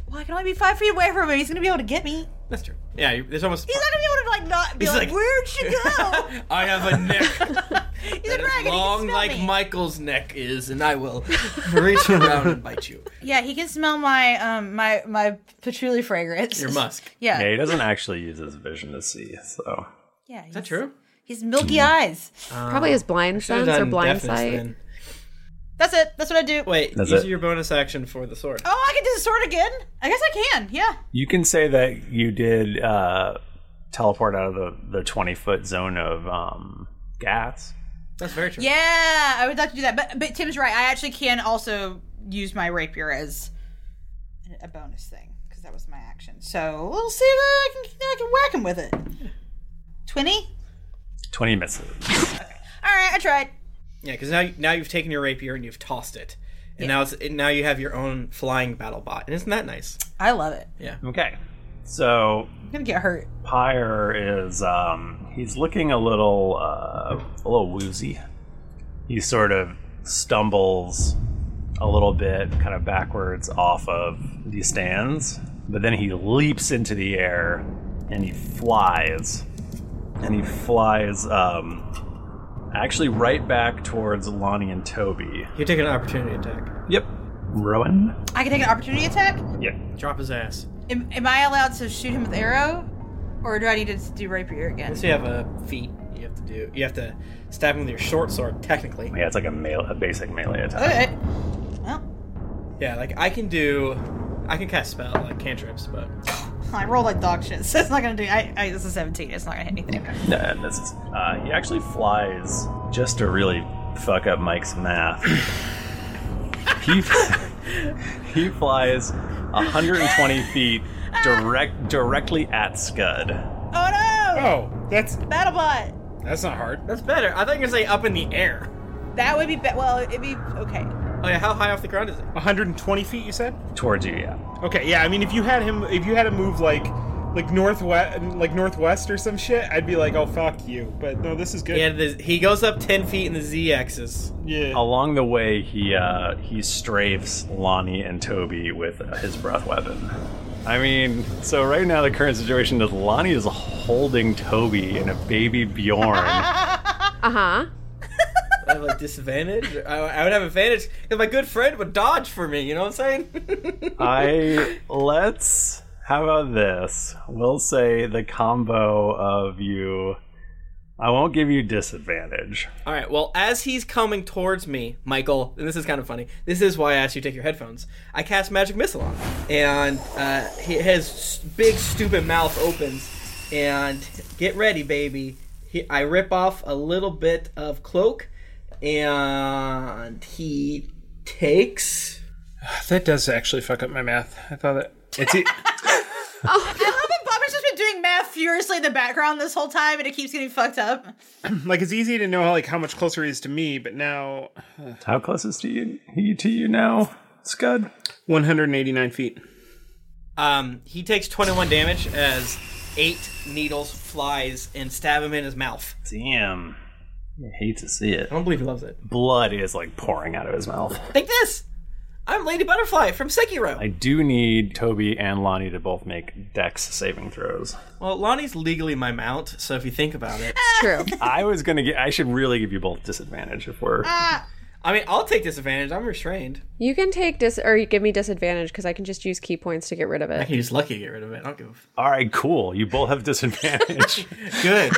Speaker 2: Well, I can only be five feet away from him. He's gonna be able to get me.
Speaker 5: That's true. Yeah, you- there's almost.
Speaker 2: He's not gonna be able to like not be
Speaker 5: He's
Speaker 2: like,
Speaker 5: like-
Speaker 2: where'd she go?
Speaker 5: I have a neck.
Speaker 2: He's a dragon.
Speaker 5: long
Speaker 2: he can smell
Speaker 5: like
Speaker 2: me.
Speaker 5: Michael's neck is, and I will reach around and bite you.
Speaker 2: Yeah, he can smell my um my my patchouli fragrance.
Speaker 1: Your musk.
Speaker 2: Yeah.
Speaker 1: Yeah, he doesn't actually use his vision to see, so.
Speaker 2: Yeah. Is
Speaker 5: that true?
Speaker 2: He's milky eyes.
Speaker 3: Probably his blind sense or blind sight.
Speaker 2: That's it. That's what I do.
Speaker 5: Wait,
Speaker 1: That's
Speaker 5: use
Speaker 1: it.
Speaker 5: your bonus action for the sword.
Speaker 2: Oh, I can do the sword again. I guess I can. Yeah.
Speaker 1: You can say that you did uh, teleport out of the, the 20 foot zone of um, gas.
Speaker 5: That's very true.
Speaker 2: Yeah, I would like to do that. But but Tim's right. I actually can also use my rapier as a bonus thing because that was my action. So we'll see if I can I can whack him with it. Twenty.
Speaker 1: 20 misses.
Speaker 2: All right, I tried.
Speaker 5: Yeah, because now now you've taken your rapier and you've tossed it, and now it's and now you have your own flying battle bot, and isn't that nice?
Speaker 2: I love it.
Speaker 5: Yeah.
Speaker 1: Okay. So
Speaker 2: I'm gonna get hurt.
Speaker 1: Pyre is um he's looking a little uh a little woozy. He sort of stumbles a little bit kind of backwards off of the stands, but then he leaps into the air and he flies. And he flies um actually right back towards Lonnie and Toby.
Speaker 5: You take an opportunity attack.
Speaker 1: Yep. Rowan?
Speaker 2: I can take an opportunity attack.
Speaker 1: Yep.
Speaker 5: Drop his ass.
Speaker 2: Am, am I allowed to shoot him with arrow, or do I need to do rapier again?
Speaker 5: Unless you have a feat, you have to do. You have to stab him with your short sword, technically.
Speaker 1: Yeah, it's like a male a basic melee attack.
Speaker 2: Okay.
Speaker 5: Yeah, like I can do, I can cast spell like cantrips, but
Speaker 2: I roll like dog shit, so it's not gonna do. I, I this is seventeen. It's not gonna hit anything.
Speaker 1: No, that misses. Uh, he actually flies just to really fuck up Mike's math. he he flies 120 feet direct directly at Scud.
Speaker 2: Oh no!
Speaker 4: Oh, that's
Speaker 2: Battlebot.
Speaker 4: That's not hard.
Speaker 5: That's better. I thought you were gonna say up in the air.
Speaker 2: That would be, be well. It'd be okay.
Speaker 5: Oh yeah, how high off the ground is it?
Speaker 4: 120 feet, you said?
Speaker 1: Towards you, yeah.
Speaker 4: Okay, yeah. I mean, if you had him, if you had him move like, like northwest, like northwest or some shit, I'd be like, oh fuck you. But no, this is good.
Speaker 5: Yeah, the, he goes up ten feet in the z axis.
Speaker 4: Yeah.
Speaker 1: Along the way, he uh, he strafes Lonnie and Toby with uh, his breath weapon. I mean, so right now the current situation is Lonnie is holding Toby and a baby Bjorn.
Speaker 3: Uh huh.
Speaker 5: I have a disadvantage. I, I would have advantage because my good friend would dodge for me. You know what I'm saying?
Speaker 1: I let's how about this? We'll say the combo of you I won't give you disadvantage.
Speaker 5: All right. Well, as he's coming towards me, Michael, and this is kind of funny. This is why I asked you to take your headphones. I cast magic missile on, him, and uh, he, his s- big stupid mouth opens, and get ready, baby. He, I rip off a little bit of cloak, and he takes.
Speaker 4: That does actually fuck up my math. I thought that it's e-
Speaker 2: I love that Bobby's just been doing math furiously in the background this whole time, and it keeps getting fucked up.
Speaker 4: like it's easy to know like how much closer he is to me, but now
Speaker 1: How close is to you, he to you now, Scud?
Speaker 4: 189 feet.
Speaker 5: Um, he takes 21 damage as eight needles flies and stab him in his mouth.
Speaker 1: Damn. I hate to see it. I
Speaker 5: don't believe he loves it.
Speaker 1: Blood is like pouring out of his mouth.
Speaker 5: Take this. I'm Lady Butterfly from Sekiro.
Speaker 1: I do need Toby and Lonnie to both make dex saving throws.
Speaker 5: Well, Lonnie's legally my mount, so if you think about it,
Speaker 3: True.
Speaker 1: I was gonna get I should really give you both disadvantage if we're
Speaker 5: I mean, I'll take disadvantage. I'm restrained.
Speaker 3: You can take dis or you give me disadvantage because I can just use key points to get rid of it.
Speaker 5: He's lucky to get rid of it. I don't give a f-
Speaker 1: Alright, cool. You both have disadvantage.
Speaker 5: Good.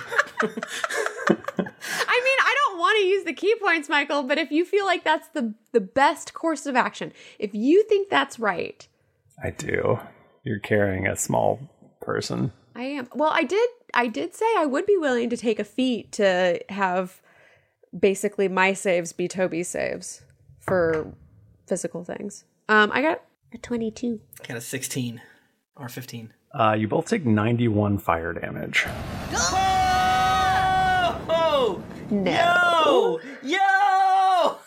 Speaker 3: I mean, I don't want to use the key points, Michael, but if you feel like that's the the best course of action, if you think that's right,
Speaker 1: I do. You're carrying a small person.
Speaker 3: I am. Well, I did I did say I would be willing to take a feat to have basically my saves be Toby's saves for physical things. Um I got a 22.
Speaker 5: I got a 16 or 15.
Speaker 1: Uh, you both take 91 fire damage.
Speaker 5: Oh!
Speaker 3: No.
Speaker 5: Yo! Yo!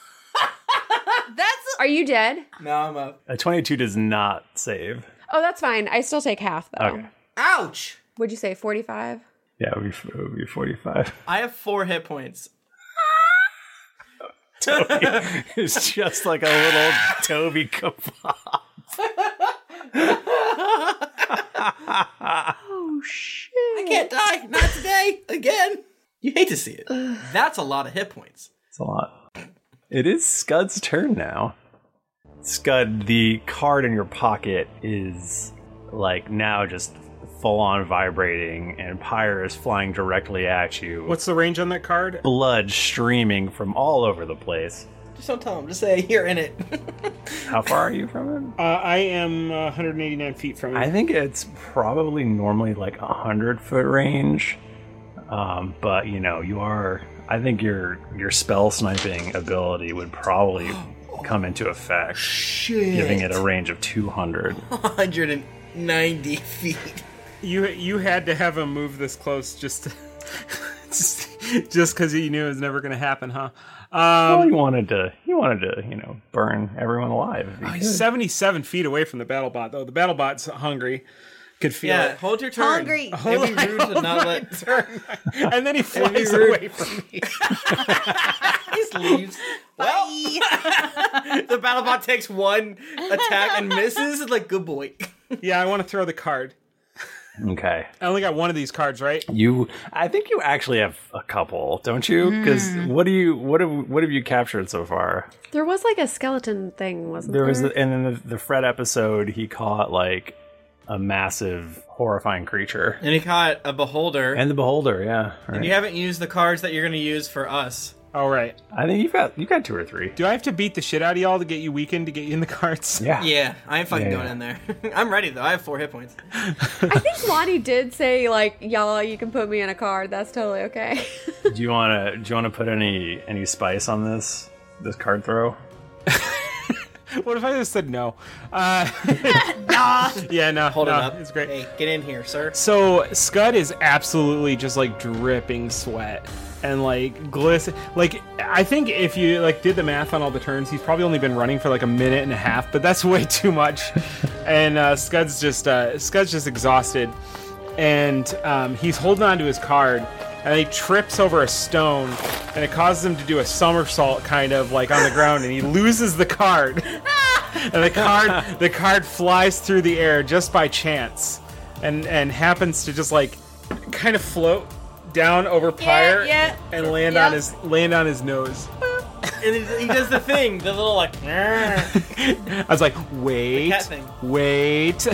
Speaker 3: That's. Are you dead?
Speaker 5: No, I'm up.
Speaker 1: A 22 does not save. Um,
Speaker 3: Oh, that's fine. I still take half though.
Speaker 1: Okay.
Speaker 5: Ouch!
Speaker 3: Would you say forty-five?
Speaker 1: Yeah, it would be, it would be 45.
Speaker 5: I have four hit points.
Speaker 1: it's just like a little Toby kebab.
Speaker 5: oh shit! I can't die. Not today. Again. You hate to see it. That's a lot of hit points.
Speaker 1: It's a lot. It is Scud's turn now. Scud, the card in your pocket is like now just full on vibrating, and Pyre is flying directly at you.
Speaker 4: What's the range on that card?
Speaker 5: Oh.
Speaker 1: blood streaming from all over the place?
Speaker 5: Just don't tell him. Just say you're in it.
Speaker 1: How far are you from him?
Speaker 4: Uh, I am uh, 189 feet from it.
Speaker 1: I think it's probably normally like a hundred foot range, um, but you know you are. I think your your spell sniping ability would probably come into effect, giving it a range of two hundred.
Speaker 5: 190 feet.
Speaker 4: You you had to have him move this close just to, just because you knew it was never going to happen, huh?
Speaker 1: well,
Speaker 4: Um,
Speaker 1: he wanted to. He wanted to. You know, burn everyone alive. if he
Speaker 4: oh,
Speaker 1: could.
Speaker 4: he's 77 feet away from the battle bot, though. The battle bot's hungry. Could feel
Speaker 5: yeah,
Speaker 4: it.
Speaker 5: hold your turn.
Speaker 4: Hungry.
Speaker 5: It'd be rude to not let.
Speaker 4: Turn. and then he
Speaker 5: It'd be
Speaker 4: flies
Speaker 5: rude.
Speaker 4: away from me.
Speaker 5: Just leaves. Well, the battlebot takes one attack and misses. It's like good boy.
Speaker 4: yeah, I want to throw the card.
Speaker 1: Okay.
Speaker 4: I only got one of these cards, right?
Speaker 1: You, I think you actually have a couple, don't you? Because
Speaker 3: Mm.
Speaker 1: what do you, what have, what have you captured so far?
Speaker 3: There was like a skeleton thing, wasn't there?
Speaker 1: There was, the, and then the, the Fred episode, he caught like a massive, horrifying creature,
Speaker 5: And he caught a beholder.
Speaker 1: and the Beholder, yeah.
Speaker 5: And you haven't used the cards that you're going to use for us.
Speaker 4: All right.
Speaker 1: I think you've got you got two or three.
Speaker 4: Do I have to beat the shit out of y'all to get you weakened to get you in the cards?
Speaker 1: Yeah.
Speaker 5: Yeah, I ain't fucking
Speaker 4: Yeah,
Speaker 5: going in there. I'm ready though. I have four hit points.
Speaker 3: I think Lonnie did say like, "Y'all, you can put me in a card. That's totally okay."
Speaker 1: do you want to, do you want to put any, any spice on this, this card throw?
Speaker 4: What if I just said no? Uh, yeah, no.
Speaker 5: Hold
Speaker 4: no,
Speaker 5: it up.
Speaker 4: It's great.
Speaker 5: Hey, get in here, sir.
Speaker 4: So Scud is absolutely just like dripping sweat and like glisten. Like I think if you like did the math on all the turns, he's probably only been running for like a minute and a half, but that's way too much. and uh, Scud's just uh, Scud's just exhausted, and um, he's holding on to his card. And he trips over a stone, and it causes him to do a somersault, kind of like on the ground, and he loses the card. and the card the card flies through the air just by chance and and happens to just like kind of float down over pyre
Speaker 5: yeah.
Speaker 4: and land on
Speaker 5: Yeah.
Speaker 4: his land on his nose
Speaker 5: And he he does the thing, the little like. "Grr."
Speaker 4: i was like wait
Speaker 5: cat thing.
Speaker 4: wait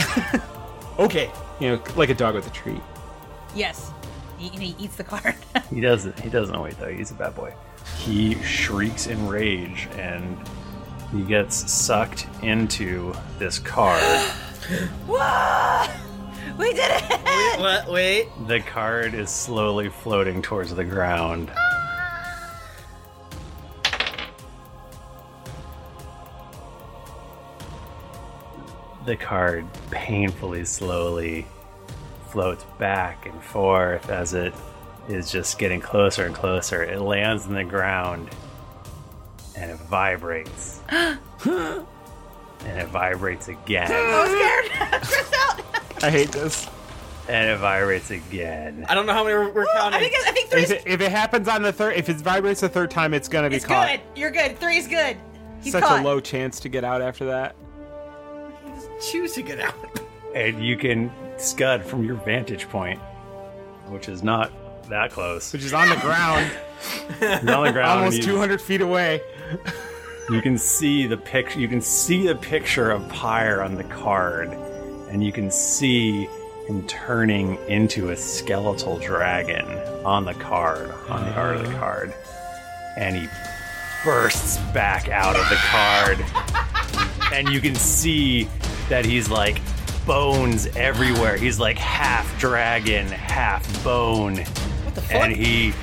Speaker 4: okay you know like a dog with a treat
Speaker 2: Yes. He, he eats the card.
Speaker 1: He doesn't. He doesn't wait though. He's a bad boy. He shrieks in rage and he gets sucked into this card.
Speaker 2: Whoa! We did it!
Speaker 5: What? Wait.
Speaker 1: the card is slowly floating towards the ground. The card painfully slowly floats back and forth as it is just getting closer and closer. It lands in the ground and it vibrates. and it vibrates again.
Speaker 2: I'm so scared.
Speaker 4: i hate this
Speaker 1: And it vibrates again.
Speaker 5: I don't know how many we're, we're counting.
Speaker 2: I think
Speaker 4: if it, if it happens on the third if it vibrates the third time it's gonna be
Speaker 2: It's
Speaker 4: caught
Speaker 2: good. You're good. Three's good. He's
Speaker 4: such
Speaker 2: caught.
Speaker 4: a low chance to get out after that
Speaker 5: choose to get out.
Speaker 1: and you can scud from your vantage point, which is not that close. Which
Speaker 4: is on the ground.
Speaker 1: on the ground.
Speaker 4: almost
Speaker 1: you,
Speaker 4: 200 feet away
Speaker 1: You can see the picture. You can see the picture of Pyre on the card, and you can see him turning into a skeletal dragon on the card, on the art of the card, and he bursts back out of the card. and you can see that he's like bones everywhere. He's like half dragon, half bone. What the fuck? And he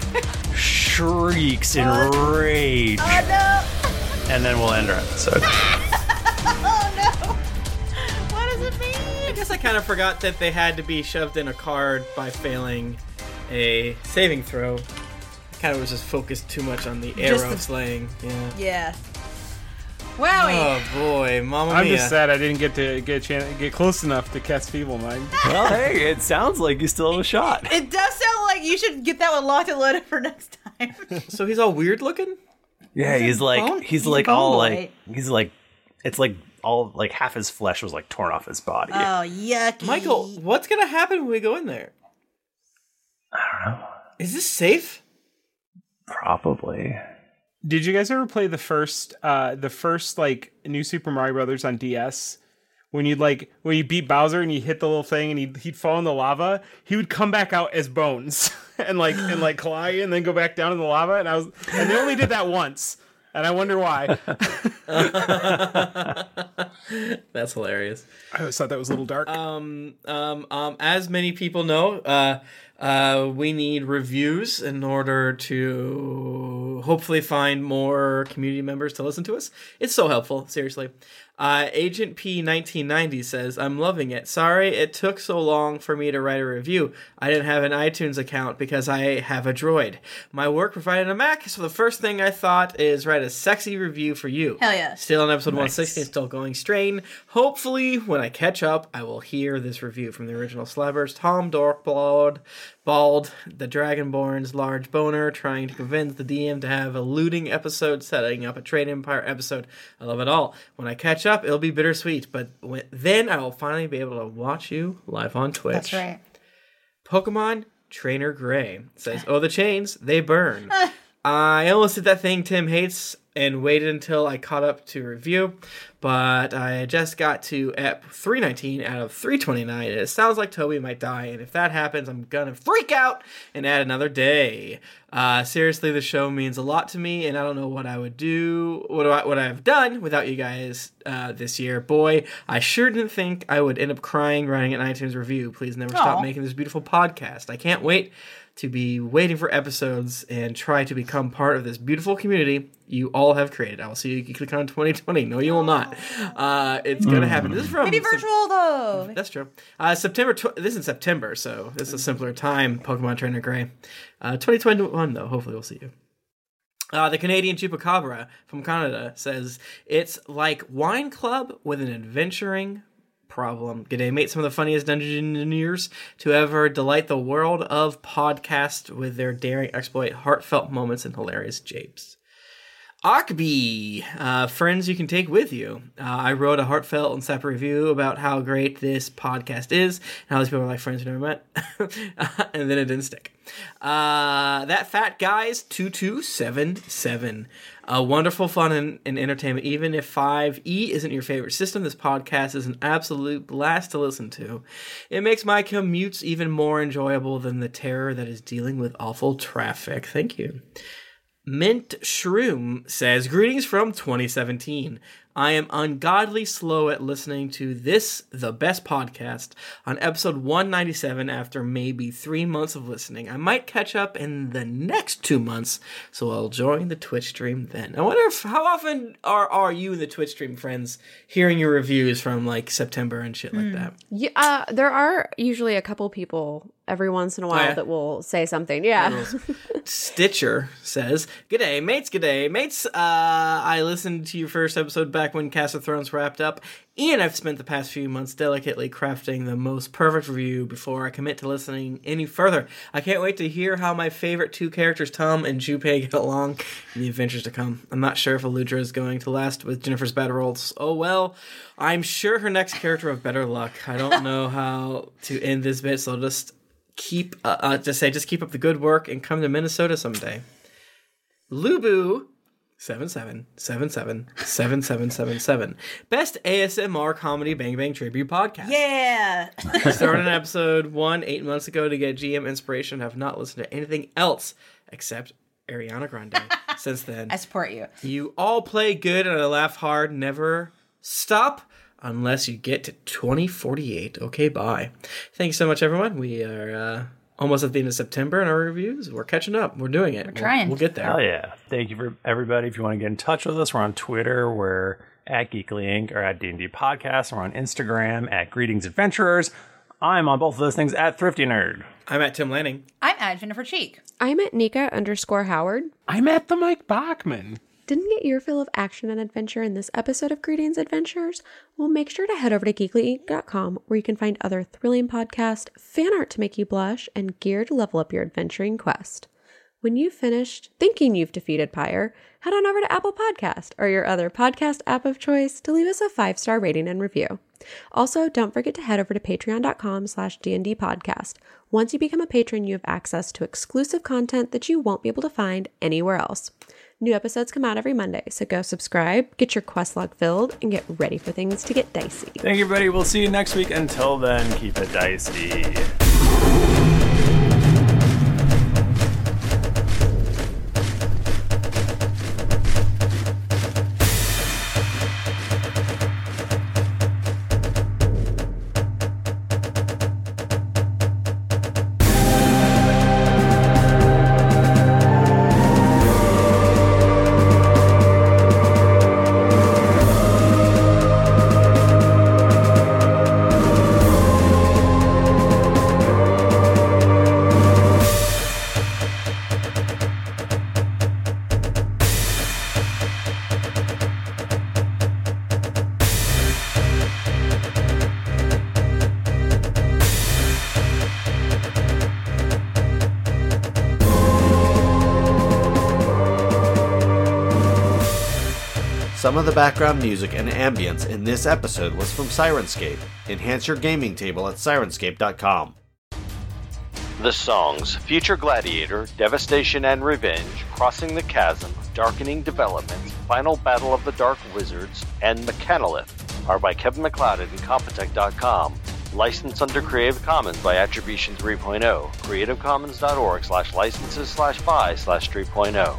Speaker 1: shrieks in rage. And then we'll end our episode.
Speaker 2: Oh, What does it mean?
Speaker 5: I guess I kind of forgot that they had to be shoved in a card by failing a saving throw. kind of was just focused too much on the
Speaker 2: Just
Speaker 5: arrow
Speaker 2: the-
Speaker 5: slaying. Yeah.
Speaker 2: Yeah. Wowie.
Speaker 5: Oh boy, Mama
Speaker 4: I'm
Speaker 5: Mia.
Speaker 4: just sad I didn't get to get a chance, get close enough to cast Feeble Mind.
Speaker 1: Well, hey, it sounds like you still have a shot.
Speaker 2: It does sound like you should get that one locked and loaded for next time.
Speaker 4: Oh,
Speaker 5: so he's all weird looking.
Speaker 1: Yeah, he's like
Speaker 2: bone-
Speaker 1: he's
Speaker 2: he's
Speaker 1: like
Speaker 2: bone
Speaker 1: all
Speaker 2: boy.
Speaker 1: like he's like it's like all like half his flesh was like torn off his body.
Speaker 2: Oh yucky.
Speaker 5: Michael, what's gonna happen when we go in there? Is this safe?
Speaker 1: Probably.
Speaker 4: Did you guys ever play the first uh the first like new Super Mario Brothers on DS? When you'd like when you beat Bowser and you hit the little thing and he'd he'd fall in the lava, he would come back out as bones and like and like collide and then go back down in the lava and I was and they only did that once. And I wonder why.
Speaker 5: That's hilarious.
Speaker 4: I always thought that was a little dark.
Speaker 5: Um, um, um, as many people know, uh, uh, we need reviews in order to hopefully find more community members to listen to us. It's so helpful, seriously. Uh, Agent P1990 says, I'm loving it. Sorry it took so long for me to write a review. I didn't have an iTunes account because I have a droid. My work provided a Mac, so the first thing I thought is write a sexy review for you.
Speaker 2: Hell yeah.
Speaker 5: Still on episode
Speaker 2: Nice.
Speaker 5: 160, it's still going strain. Hopefully, when I catch up, I will hear this review from the original Slabbers. Tom Dorkbald, Bald, the Dragonborn's large boner, trying to convince the DM to have a looting episode, setting up a trade empire episode. I love it all. When I catch up, it'll be bittersweet, but when, then I will finally be able to watch you live on Twitch.
Speaker 2: That's right.
Speaker 5: Pokemon Trainer Gray says, Oh, the chains, they burn. I almost did that thing Tim hates and waited until I caught up to review, but I just got to at 319 out of 329, and it sounds like Toby might die, and if that happens, I'm gonna freak out and add another day. Uh, seriously, the show means a lot to me, and I don't know what I would do, what I, what I've done without you guys uh, this year. Boy, I sure didn't think I would end up crying writing an iTunes review. Please never
Speaker 2: Aw.
Speaker 5: stop making making this beautiful podcast. I can't wait to be waiting for episodes and try to become part of this beautiful community you all have created. I will see you click on 2020. No, you will not. Uh, it's gonna happen. This is from
Speaker 2: Maybe virtual though.
Speaker 5: that's true. Uh, September. Tw- this is September, so this is a simpler time. Pokemon Trainer Gray, uh, 2021 though. Hopefully, we'll see you. Uh, the Canadian Chupacabra from Canada says it's like wine club with an adventuring problem. G'day, mate. Some of the funniest dungeoneers to ever delight the world of podcast with their daring exploit, heartfelt moments, and hilarious japes. Akbi, uh, friends you can take with you. Uh, I wrote a heartfelt and separate review about how great this podcast is and how these people are like friends you never met. and then it didn't stick. Uh, that fat guy's 2277. A wonderful fun and, and entertainment. Even if 5e isn't your favorite system, this podcast is an absolute blast to listen to. It makes my commutes even more enjoyable than the terror that is dealing with awful traffic. Thank you. Mint Shroom says, Greetings from 2017. I am ungodly slow at listening to this, the best podcast, on episode 197 after maybe three months of listening. I might catch up in the next two months, so I'll join the Twitch stream then. I wonder if, how often are, are you in the Twitch stream friends hearing your reviews from like September and shit like that?
Speaker 3: Yeah, uh, there are usually a couple people every once in a while
Speaker 5: yeah.
Speaker 3: that will say something. Yeah.
Speaker 5: Stitcher says, G'day, mates, g'day, mates. Uh, I listened to your first episode back when Cast of Thrones wrapped up, and I've spent the past few months delicately crafting the most perfect review before I commit to listening any further. I can't wait to hear how my favorite two characters, Tom and Junpei, get along in the adventures to come. I'm not sure if Aludra is going to last with Jennifer's bad rolls. Oh well, I'm sure her next character of better luck. I don't know how to end this bit, so I'll just keep uh, uh, just say just keep up the good work and come to Minnesota someday. Lubu seven seven seven seven seven seven seven seven best ASMR comedy Bang Bang tribute podcast.
Speaker 2: Yeah.
Speaker 5: I started an episode one eight months ago to get GM inspiration. Have not listened to anything else except Ariana Grande since then.
Speaker 2: I support you.
Speaker 5: You all play good and I laugh hard. Never stop unless you get to 2048. Okay, bye. Thank you so much, everyone. We are uh, almost at the end of September in our reviews. We're catching up. We're doing it. We're
Speaker 2: trying.
Speaker 5: We'll, get there.
Speaker 1: Hell yeah! Thank you for everybody. If you want to get in touch with us, we're on Twitter. We're at Geekly Inc. or at D and D Podcast. We're on Instagram at Greetings Adventurers. I'm on both of those things at Thrifty Nerd.
Speaker 5: I'm at Tim Lanning.
Speaker 2: I'm at Jennifer Cheek.
Speaker 3: I'm at Nika underscore Howard.
Speaker 4: I'm at the Mike Bachman.
Speaker 3: Didn't get your fill of action and adventure in this episode of Greetings Adventures? Well, make sure to head over to geeklyinc.com where you can find other thrilling podcasts, fan art to make you blush, and gear to level up your adventuring quest. When you've finished thinking you've defeated Pyre, head on over to Apple Podcast or your other podcast app of choice to leave us a five-star rating and review. Also, don't forget to head over to patreon.com slash D&D podcast. Once you become a patron, you have access to exclusive content that you won't be able to find anywhere else. New episodes come out every Monday, so go subscribe, get your quest log filled, and get ready for things to get dicey.
Speaker 12: Thank you, everybody. We'll see you next week. Until then, keep it dicey.
Speaker 13: Some of the background music and ambience in this episode was from Sirenscape. Enhance your gaming table at sirenscape.com.
Speaker 1: The songs Future Gladiator, Devastation and Revenge, Crossing the Chasm, Darkening Development, Final Battle of the Dark Wizards, and Mechanolith are by Kevin McLeod at Incompetech.com. Licensed under Creative Commons by Attribution oh. 3.0. CreativeCommons.org slash licenses slash buy slash oh. 3.0.